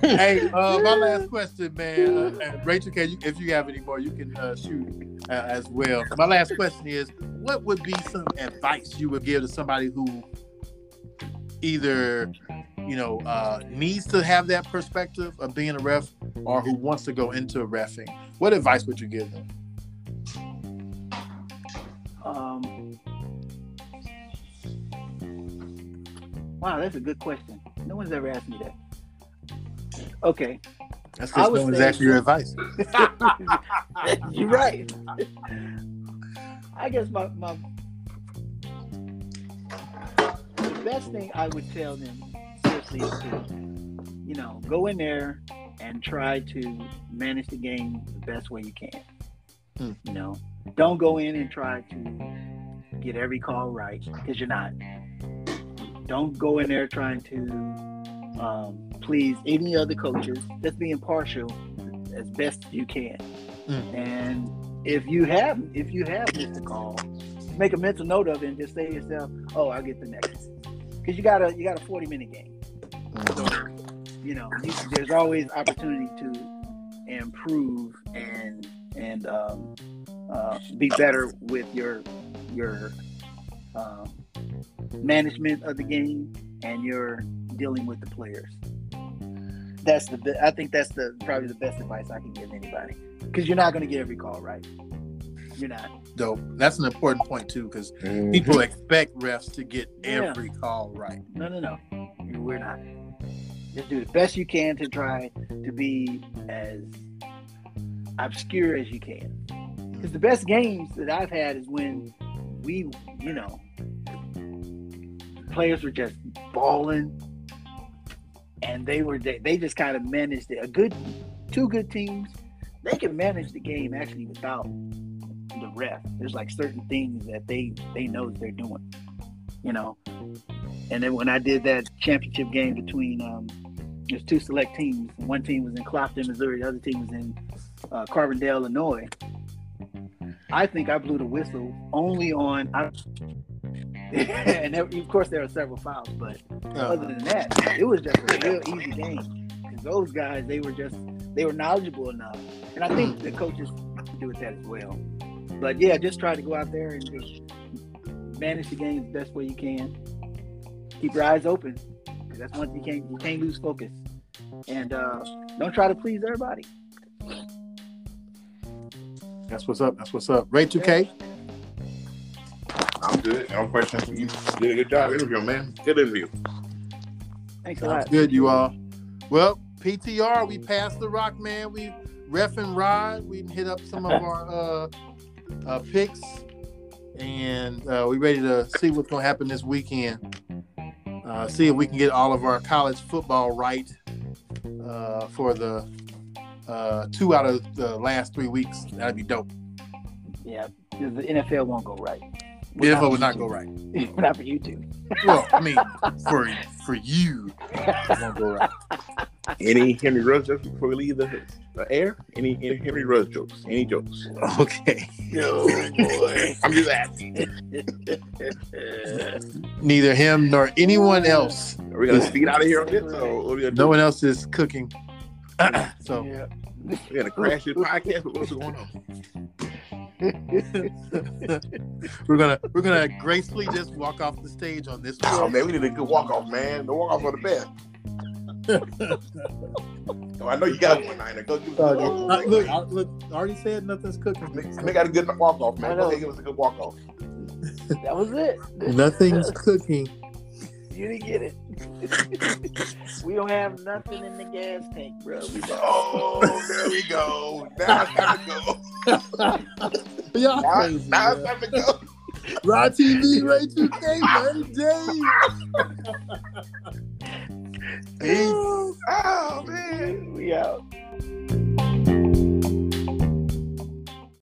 Speaker 2: hey, uh, my last question, man. Uh, and Rachel, can you, if you have any more, you can uh, shoot uh, as well. My last question is: What would be some advice you would give to somebody who either, you know, uh, needs to have that perspective of being a ref, or who wants to go into refing? What advice would you give them?
Speaker 1: Um, wow, that's a good question. No one's ever asked me that. Okay,
Speaker 2: That's
Speaker 1: I
Speaker 2: because
Speaker 1: would
Speaker 2: no one's
Speaker 1: say-
Speaker 2: asking your advice.
Speaker 1: you're right. I guess my, my the best thing I would tell them seriously is to, you know, go in there and try to manage the game the best way you can.
Speaker 2: Hmm.
Speaker 1: You know, don't go in and try to get every call right because you're not. Don't go in there trying to um, please any other coaches. Let's be impartial as best you can.
Speaker 2: Mm.
Speaker 1: And if you have if you have missed a call, make a mental note of it and just say to yourself, "Oh, I'll get the next." Because you got a you got a forty minute game, so you know you, there's always opportunity to improve and and um, uh, be better with your your um, management of the game and your dealing with the players. That's the be- I think that's the probably the best advice I can give anybody because you're not going to get every call right. You're not.
Speaker 2: Dope. That's an important point too, because
Speaker 3: People,
Speaker 2: people expect refs to get
Speaker 1: Yeah.
Speaker 2: every call right.
Speaker 1: No, no, no. We're not. Just do the best you can to try to be as obscure as you can. Because the best games that I've had is when we, you know, players were just balling, and they were they, they just kind of managed it. A good, two good teams, they can manage the game actually without the ref. There's like certain things that they they know that they're doing, you know. And then when I did that championship game between um, there's two select teams. One team was in Clopton, Missouri. The other team was in uh, Carbondale, Illinois. I think I blew the whistle only on, I, and there, of course there are several fouls, but
Speaker 2: Uh,
Speaker 1: other than that, it was just a real easy game because those guys they were just they were knowledgeable enough, and I think the coaches do it that as well. But yeah, just try to go out there and just manage the game the best way you can. Keep your eyes open. 'cause That's one thing you can't you can't lose focus, and uh, don't try to please everybody.
Speaker 2: That's what's up. That's what's up. Ray 2K.
Speaker 3: I'm good. No questions. You did a good job interviewing, man. Good interview.
Speaker 1: Thanks a
Speaker 2: Sounds
Speaker 1: lot.
Speaker 2: good, you all. Well, PTR, we passed the rock, man. We ref and rod. We hit up some of our uh, uh, picks, and uh, we ready to see what's gonna happen this weekend. Uh, see if we can get all of our college football right uh, for the uh, two out of the last three weeks. That'd be dope.
Speaker 1: Yeah, 'cause the NFL won't go right.
Speaker 2: If it would not go right.
Speaker 1: not for you two.
Speaker 2: Well, I mean, for for you, it won't go right.
Speaker 3: Any Henry Ruggs jokes before we leave the, the air? Any, any Henry Ruggs jokes? Any jokes?
Speaker 2: Okay.
Speaker 3: Oh,
Speaker 1: No boy.
Speaker 3: I'm just asking.
Speaker 2: Neither him nor anyone else
Speaker 3: Are we gonna speed out of here on this? Or are we gonna,
Speaker 2: No one else is cooking. so
Speaker 1: yeah.
Speaker 3: we gonna crash this podcast? What's going on?
Speaker 2: we're gonna we're gonna gracefully just walk off the stage on this
Speaker 3: Oh
Speaker 2: one.
Speaker 3: man, we need a good walk off, man. The walk off for the best. Oh, I know you got one, Niner. Go give us a good
Speaker 2: Uh,
Speaker 3: walk
Speaker 2: look, I, look, I already said nothing's cooking.
Speaker 3: They got a good walk off,
Speaker 1: I
Speaker 3: man.
Speaker 1: know.
Speaker 3: Go ahead, give us a good walk off.
Speaker 1: That was it.
Speaker 2: Nothing's cooking.
Speaker 1: You didn't get it. we don't have nothing in the gas tank, bro. We don't.
Speaker 3: Oh, there we go. Now it's time to go.
Speaker 2: Y'all
Speaker 3: Now,
Speaker 2: crazy.
Speaker 3: now
Speaker 2: man.
Speaker 3: it's time to go.
Speaker 2: Raw TV, Ray 2K, Ray J. Peace.
Speaker 3: Oh man.
Speaker 1: We out.